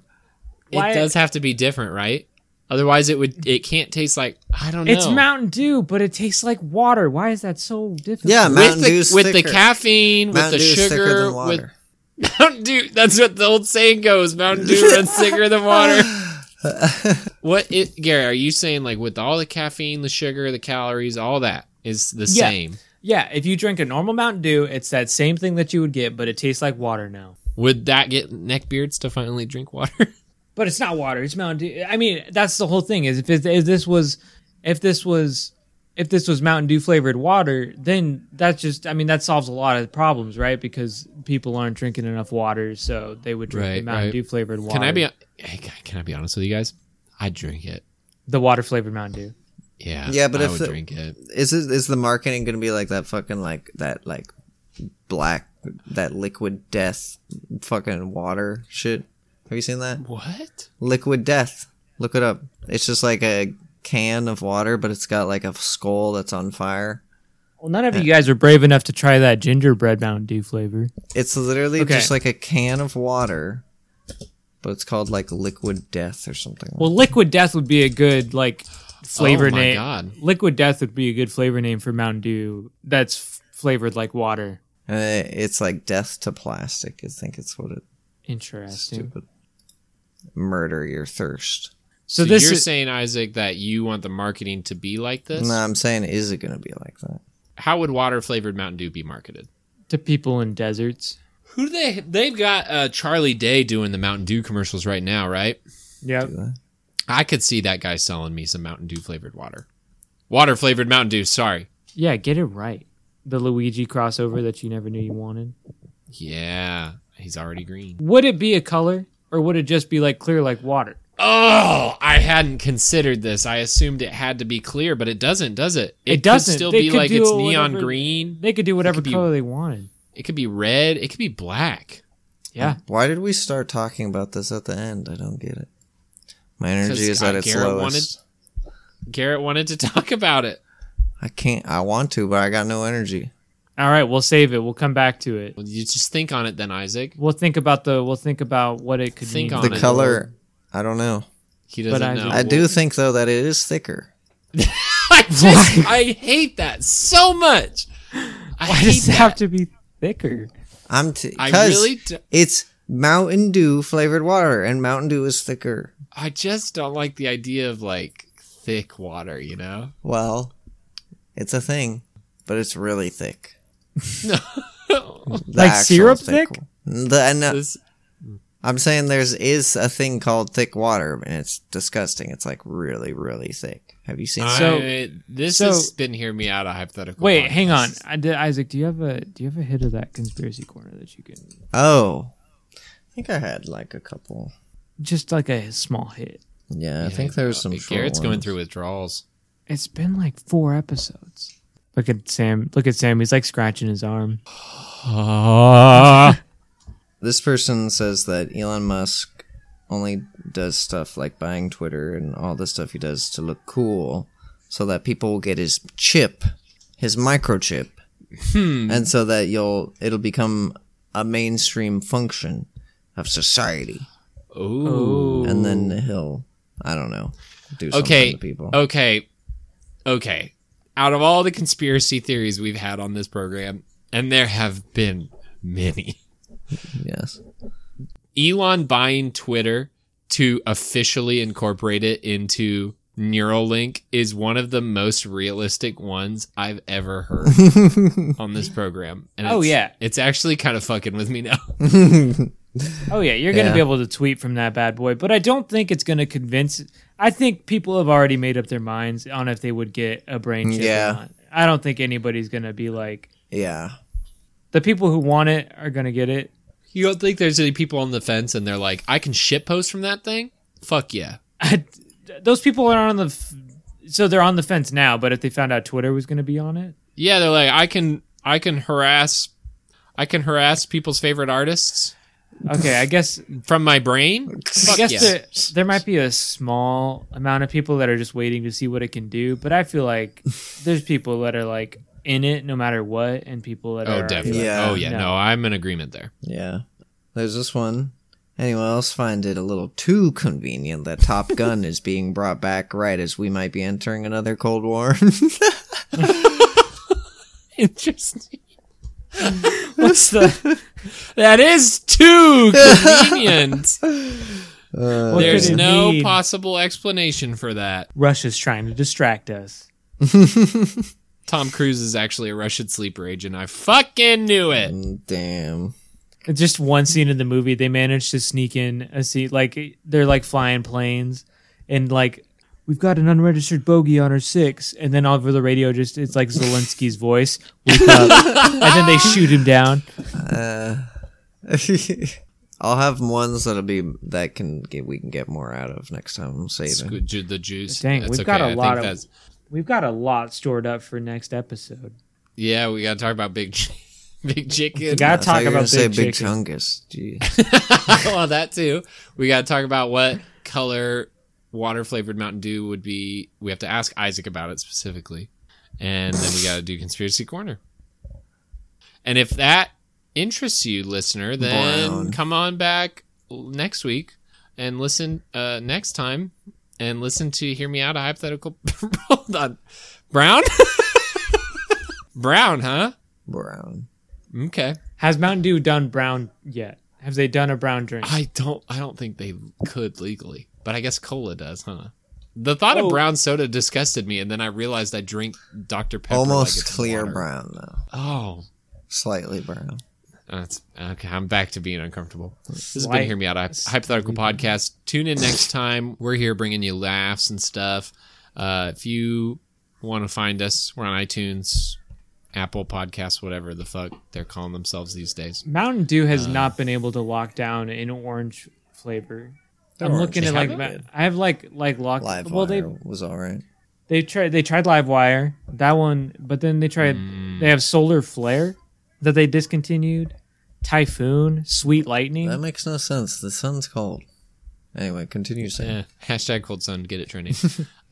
[SPEAKER 2] Why-
[SPEAKER 1] It does have to be different, right? Otherwise, it would it can't taste like I don't know.
[SPEAKER 2] It's Mountain Dew, but it tastes like water. Why is that so difficult?
[SPEAKER 3] Yeah,
[SPEAKER 1] with
[SPEAKER 3] Mountain
[SPEAKER 1] the
[SPEAKER 3] Dew's
[SPEAKER 1] with the
[SPEAKER 3] thicker.
[SPEAKER 1] caffeine,
[SPEAKER 3] Mountain
[SPEAKER 1] with the
[SPEAKER 3] Dew's thicker
[SPEAKER 1] sugar,
[SPEAKER 3] than
[SPEAKER 1] with
[SPEAKER 3] water.
[SPEAKER 1] Mountain Dew. That's what the old saying goes: Mountain Dew runs thicker than water. What it, Gary? Are you saying like with all the caffeine, the sugar, the calories, all that is the
[SPEAKER 2] Yeah.
[SPEAKER 1] same?
[SPEAKER 2] Yeah, if you drink a normal Mountain Dew, it's that same thing that you would get, but it tastes like water now.
[SPEAKER 1] Would that get neckbeards to finally drink water?
[SPEAKER 2] But it's not water; it's Mountain Dew. I mean, that's the whole thing. Is if, it, if this was, if this was, if this was Mountain Dew flavored water, then that's just. I mean, that solves a lot of problems, right? Because people aren't drinking enough water, so they would drink the
[SPEAKER 1] Right,
[SPEAKER 2] Mountain
[SPEAKER 1] right.
[SPEAKER 2] Dew flavored water.
[SPEAKER 1] Can I be? Hey, can I be honest with you guys? I drink it.
[SPEAKER 2] the water flavored Mountain Dew?
[SPEAKER 1] Yeah.
[SPEAKER 3] Yeah, but
[SPEAKER 1] I
[SPEAKER 3] if
[SPEAKER 1] would
[SPEAKER 3] the-
[SPEAKER 1] drink it.
[SPEAKER 3] Is it, is the marketing going to be like that fucking like that like black that liquid death fucking water shit? Have you seen that
[SPEAKER 1] What?
[SPEAKER 3] liquid death? Look it up. It's just like a can of water, but it's got like a skull that's on fire.
[SPEAKER 2] Well, none of you
[SPEAKER 1] Eh.
[SPEAKER 2] guys are brave enough to try that gingerbread Mountain Dew flavor.
[SPEAKER 3] It's literally
[SPEAKER 2] Okay.
[SPEAKER 3] just like a can of water, but it's called like liquid death or something.
[SPEAKER 2] Well, Liquid Death would be a good like flavor
[SPEAKER 1] Oh my
[SPEAKER 2] name.
[SPEAKER 1] God.
[SPEAKER 2] Liquid Death would be a good flavor name for Mountain Dew that's f- flavored like water.
[SPEAKER 3] Uh, it's like death to plastic. I think it's what it
[SPEAKER 2] Interesting.
[SPEAKER 3] stupid. Murder your thirst.
[SPEAKER 2] So,
[SPEAKER 1] So,
[SPEAKER 2] this
[SPEAKER 1] you're
[SPEAKER 2] is
[SPEAKER 1] saying, Isaac, that you want the marketing to be like this?
[SPEAKER 3] No, I'm saying, is it going to be like that?
[SPEAKER 1] How would water flavored Mountain Dew be marketed?
[SPEAKER 2] to people in deserts.
[SPEAKER 1] Who do they? They've got uh, Charlie Day doing the Mountain Dew commercials right now, right?
[SPEAKER 2] Yep.
[SPEAKER 1] I could see that guy selling me some Mountain Dew flavored water. Water flavored Mountain Dew. Sorry.
[SPEAKER 2] Yeah, get it right. The Luigi crossover that you never knew you wanted.
[SPEAKER 1] Yeah, he's already green.
[SPEAKER 2] Would it be a color or would it just be like clear like water?
[SPEAKER 1] Oh, I hadn't considered this. I assumed it had to be clear, but it doesn't, does it?
[SPEAKER 2] It
[SPEAKER 1] could
[SPEAKER 2] doesn't.
[SPEAKER 1] still
[SPEAKER 2] They
[SPEAKER 1] be
[SPEAKER 2] could
[SPEAKER 1] like
[SPEAKER 2] do
[SPEAKER 1] it's
[SPEAKER 2] a
[SPEAKER 1] neon
[SPEAKER 2] whatever-
[SPEAKER 1] green.
[SPEAKER 2] They could do whatever
[SPEAKER 1] could be-
[SPEAKER 2] color they wanted.
[SPEAKER 1] It could be red. It could be black.
[SPEAKER 2] Yeah.
[SPEAKER 3] Why did we start talking about this at the end? I don't get it. My energy
[SPEAKER 1] 'Cause,
[SPEAKER 3] is at
[SPEAKER 1] uh,
[SPEAKER 3] its
[SPEAKER 1] Garrett
[SPEAKER 3] lowest.
[SPEAKER 1] Garrett wanted to talk about it.
[SPEAKER 3] I can't. I want to, but I got no energy.
[SPEAKER 2] All right, we'll save it. We'll come back to it.
[SPEAKER 1] Well, you just think on it then, Isaac.
[SPEAKER 2] We'll think about the. We'll think about what it could
[SPEAKER 1] Think
[SPEAKER 2] mean.
[SPEAKER 1] on
[SPEAKER 3] the
[SPEAKER 1] it.
[SPEAKER 3] color, I don't know.
[SPEAKER 1] He doesn't
[SPEAKER 2] But
[SPEAKER 1] know.
[SPEAKER 2] Isaac-
[SPEAKER 3] I do think though that it is thicker.
[SPEAKER 1] I just I hate that so much. I
[SPEAKER 2] Why
[SPEAKER 1] hate
[SPEAKER 2] does it
[SPEAKER 1] that.
[SPEAKER 2] have to be thicker?
[SPEAKER 3] I'm t-
[SPEAKER 1] I
[SPEAKER 3] cause
[SPEAKER 1] really do-
[SPEAKER 3] it's Mountain Dew flavored water, and Mountain Dew is thicker.
[SPEAKER 1] I just don't like the idea of like thick water, you know?
[SPEAKER 3] Well, it's a thing, but it's really thick. The
[SPEAKER 2] Like
[SPEAKER 3] actual
[SPEAKER 2] syrup thick?
[SPEAKER 3] one. The, and, uh,
[SPEAKER 1] This-
[SPEAKER 3] I'm saying there's is a thing called thick water, and it's disgusting. It's like really, really thick. Have you seen?
[SPEAKER 1] I-
[SPEAKER 2] So-
[SPEAKER 1] this
[SPEAKER 2] so-
[SPEAKER 1] has been hear me out a hypothetical.
[SPEAKER 2] Wait, hang on.
[SPEAKER 1] podcast.
[SPEAKER 2] I did, Isaac, do you have a do you have a hit of that conspiracy corner that you can
[SPEAKER 3] oh, I think I had like a couple.
[SPEAKER 2] just like a small hit?
[SPEAKER 3] Yeah, I
[SPEAKER 1] Yeah,
[SPEAKER 3] think there's some. short
[SPEAKER 1] Garrett's going
[SPEAKER 3] ones.
[SPEAKER 1] through withdrawals.
[SPEAKER 2] It's been like four episodes. Look at Sam. Look at Sam. He's like scratching his arm.
[SPEAKER 3] Ah. This person says that Elon Musk only does stuff like buying Twitter and all the stuff he does to look cool so that people will get his chip, his microchip.
[SPEAKER 1] Hmm.
[SPEAKER 3] And so that you'll it'll become a mainstream function of society.
[SPEAKER 1] Ooh.
[SPEAKER 2] Oh.
[SPEAKER 3] And then he'll I don't know, do something
[SPEAKER 1] Okay. Oh.
[SPEAKER 3] to people.
[SPEAKER 1] Okay. Okay. Out of all the conspiracy theories we've had on this program, and there have been many.
[SPEAKER 3] Yes.
[SPEAKER 1] Elon buying Twitter to officially incorporate it into Neuralink is one of the most realistic ones I've ever heard on this program. And
[SPEAKER 2] Oh,
[SPEAKER 1] it's-
[SPEAKER 2] yeah.
[SPEAKER 1] it's actually kind of fucking with me now.
[SPEAKER 2] Oh yeah, you're gonna
[SPEAKER 3] Yeah.
[SPEAKER 2] be able to tweet from that bad boy, but I don't think it's gonna convince. I think people have already made up their minds on if they would get a brain chip.
[SPEAKER 3] Yeah.
[SPEAKER 2] Or not. I don't think anybody's gonna be like
[SPEAKER 3] Yeah.
[SPEAKER 2] the people who want it are gonna get it.
[SPEAKER 1] You don't think there's any people on the fence and they're like, I can shit post from that thing? Fuck yeah.
[SPEAKER 2] Those people are on the, f- so they're on the fence now. But if they found out Twitter was gonna be on it,
[SPEAKER 1] Yeah, they're like, I can I can harass I can harass people's favorite artists
[SPEAKER 2] okay, I guess
[SPEAKER 1] from my brain.
[SPEAKER 2] I
[SPEAKER 1] Fuck
[SPEAKER 2] guess
[SPEAKER 1] yeah.
[SPEAKER 2] there, there might be a small amount of people that are just waiting to see what it can do, but I feel like there's people that are like in it no matter what, and people that
[SPEAKER 1] Oh
[SPEAKER 2] are
[SPEAKER 1] definitely.
[SPEAKER 3] Yeah.
[SPEAKER 1] oh yeah.
[SPEAKER 2] No.
[SPEAKER 1] no, I'm in agreement there.
[SPEAKER 3] Yeah. There's this one. Anyone else find it a little too convenient that Top Gun is being brought back right as we might be entering another Cold War?
[SPEAKER 1] Interesting.
[SPEAKER 2] What's the
[SPEAKER 1] That is too convenient.
[SPEAKER 2] What
[SPEAKER 1] There's
[SPEAKER 2] could it
[SPEAKER 1] no
[SPEAKER 2] mean?
[SPEAKER 1] possible explanation for that.
[SPEAKER 2] Russia's trying to distract us?
[SPEAKER 1] Tom Cruise is actually a Russian sleeper agent. I fucking knew
[SPEAKER 3] Mm.
[SPEAKER 1] it.
[SPEAKER 3] Damn.
[SPEAKER 2] It's just one scene in the movie they managed to sneak in a scene like they're like flying planes and like we've got an unregistered bogey on our six and then over the radio just it's like Zelensky's voice wake up, and then they shoot him down.
[SPEAKER 3] I'll have ones that'll be that can get we can get more out of next time. I'm saving.
[SPEAKER 1] Squ- ju- The juice.
[SPEAKER 2] Dang,
[SPEAKER 1] That's
[SPEAKER 2] we've
[SPEAKER 1] okay.
[SPEAKER 2] got a
[SPEAKER 1] I think
[SPEAKER 2] lot of-
[SPEAKER 1] that's-
[SPEAKER 2] We've got a lot stored up for next episode.
[SPEAKER 1] Yeah, we gotta talk about big, Ch- big chicken.
[SPEAKER 2] We gotta
[SPEAKER 3] I thought
[SPEAKER 2] talk
[SPEAKER 3] you were
[SPEAKER 2] about
[SPEAKER 3] gonna
[SPEAKER 2] big,
[SPEAKER 3] say big
[SPEAKER 2] chicken.
[SPEAKER 3] chungus. Jeez.
[SPEAKER 1] well, that too. We gotta talk about what color water flavored Mountain Dew would be. We have to ask Isaac about it specifically, and then we gotta do conspiracy corner. And if that interests you, listener, then
[SPEAKER 3] Brown.
[SPEAKER 1] come on back l- next week and listen uh, next time and listen to hear me out a hypothetical. Hold on, Brown. Brown, huh?
[SPEAKER 3] Brown.
[SPEAKER 1] Okay.
[SPEAKER 2] Has Mountain Dew done brown yet? Have they done a brown drink?
[SPEAKER 1] I don't I don't think they could legally. But I guess cola does, huh? The thought
[SPEAKER 2] Oh.
[SPEAKER 1] of brown soda disgusted me and then I realized I drink Dr. Pepper. like
[SPEAKER 3] Almost
[SPEAKER 1] it's
[SPEAKER 3] clear
[SPEAKER 1] water.
[SPEAKER 3] brown though.
[SPEAKER 1] Oh.
[SPEAKER 3] Slightly brown.
[SPEAKER 1] That's okay. I'm back to being uncomfortable. This has
[SPEAKER 2] Slight-
[SPEAKER 1] been Hear Me Out, a hypothetical podcast. Tune in next time. We're here bringing you laughs and stuff. Uh, if you want to find us, we're on iTunes, Apple Podcasts, whatever the fuck they're calling themselves these days.
[SPEAKER 2] Mountain Dew has not been able to lock down an orange flavor. I'm
[SPEAKER 3] orange
[SPEAKER 2] looking
[SPEAKER 1] is
[SPEAKER 2] at like
[SPEAKER 1] not
[SPEAKER 2] Ma- I have like like locked.
[SPEAKER 3] Live
[SPEAKER 2] well, they
[SPEAKER 3] was all right.
[SPEAKER 2] they tried they tried Live Wire that one, but then they tried they have Solar Flare that they discontinued, Typhoon, Sweet Lightning.
[SPEAKER 3] That makes no sense. The sun's cold. Anyway, continue saying.
[SPEAKER 1] Yeah. Hashtag cold sun. Get it trending.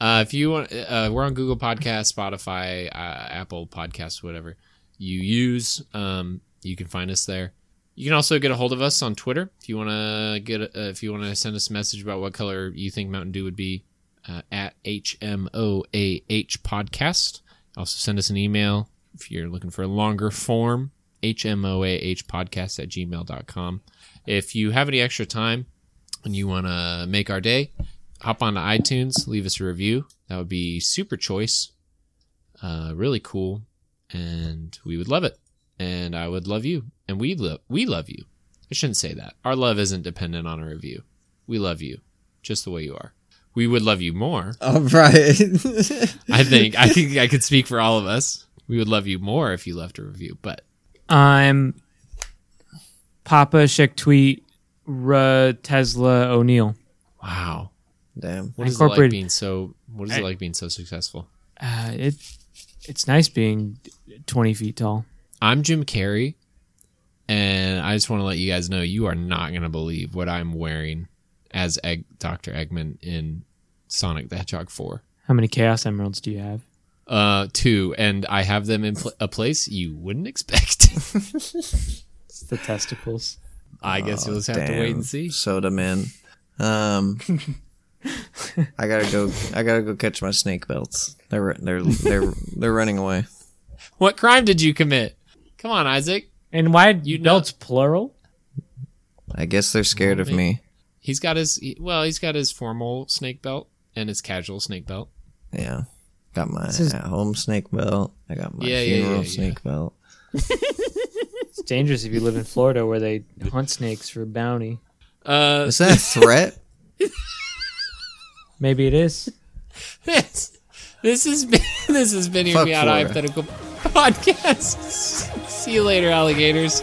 [SPEAKER 1] uh, if you want, uh, we're on Google Podcasts, Spotify, uh, Apple Podcasts, whatever. you use. Um, you can find us there. You can also get a hold of us on Twitter if you want to get a, if you want to send us a message about what color you think Mountain Dew would be uh, at HMOAH podcast. Also send us an email if you're looking for a longer form, HMOAH podcast at gmail.com. If you have any extra time and you want to make our day, hop on to iTunes, leave us a review. That would be super choice. Uh, really cool. And we would love it. And I would love you. And we, lo- we love you. I shouldn't say that. Our love isn't dependent on a review. We love you just the way you are. We would love you more.
[SPEAKER 3] All right.
[SPEAKER 1] I think I think I could speak for all of us. We would love you more if you left a review, but
[SPEAKER 2] I'm Papa Shektweet Ra Tesla O'Neill.
[SPEAKER 1] wow,
[SPEAKER 3] Damn.
[SPEAKER 1] what is it like
[SPEAKER 2] Incorporated.
[SPEAKER 1] being so? What is
[SPEAKER 2] I-
[SPEAKER 1] it like being so successful?
[SPEAKER 2] Uh, it it's nice being 20 feet tall.
[SPEAKER 1] I'm Jim Carrey, and I just want to let you guys know you are not going to believe what I'm wearing as Egg- Dr. Eggman in Sonic the Hedgehog 4.
[SPEAKER 2] How many Chaos Emeralds do you have?
[SPEAKER 1] Uh, two, and I have them in pl- a place you wouldn't expect.
[SPEAKER 2] It's the testicles.
[SPEAKER 1] I guess
[SPEAKER 3] Oh,
[SPEAKER 1] you'll just have to wait
[SPEAKER 3] damn.
[SPEAKER 1] and see.
[SPEAKER 3] Soda man. Um I gotta go I gotta go catch my snake belts. They're they're they're they're running away.
[SPEAKER 1] What crime did you commit? Come on, Isaac.
[SPEAKER 2] And why you
[SPEAKER 1] You
[SPEAKER 2] belts plural?
[SPEAKER 3] I guess they're scared of me.
[SPEAKER 1] He's got his he- well. He's got his formal snake belt and his casual snake belt.
[SPEAKER 3] Yeah. Got my
[SPEAKER 2] is-
[SPEAKER 3] at home snake belt. I got my
[SPEAKER 1] Yeah, yeah,
[SPEAKER 3] funeral
[SPEAKER 1] yeah, yeah.
[SPEAKER 3] snake belt.
[SPEAKER 2] It's dangerous if you live in Florida where they hunt snakes for bounty.
[SPEAKER 1] Uh,
[SPEAKER 3] Is that a threat?
[SPEAKER 2] Maybe it is.
[SPEAKER 1] this this has been this has been your
[SPEAKER 3] Fuck
[SPEAKER 1] Beyond
[SPEAKER 3] Florida.
[SPEAKER 1] Hypothetical podcast. See you later, alligators.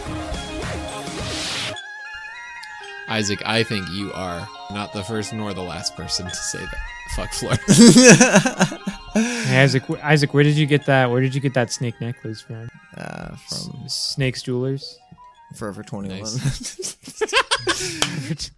[SPEAKER 1] Isaac, I think you are not the first nor the last person to say that. Fuck Florida.
[SPEAKER 2] Hey, Isaac, wh- Isaac, where did you get that? Where did you get that snake necklace from?
[SPEAKER 3] uh, from
[SPEAKER 2] Snakes jewelers.
[SPEAKER 3] Forever 21.
[SPEAKER 1] Nice.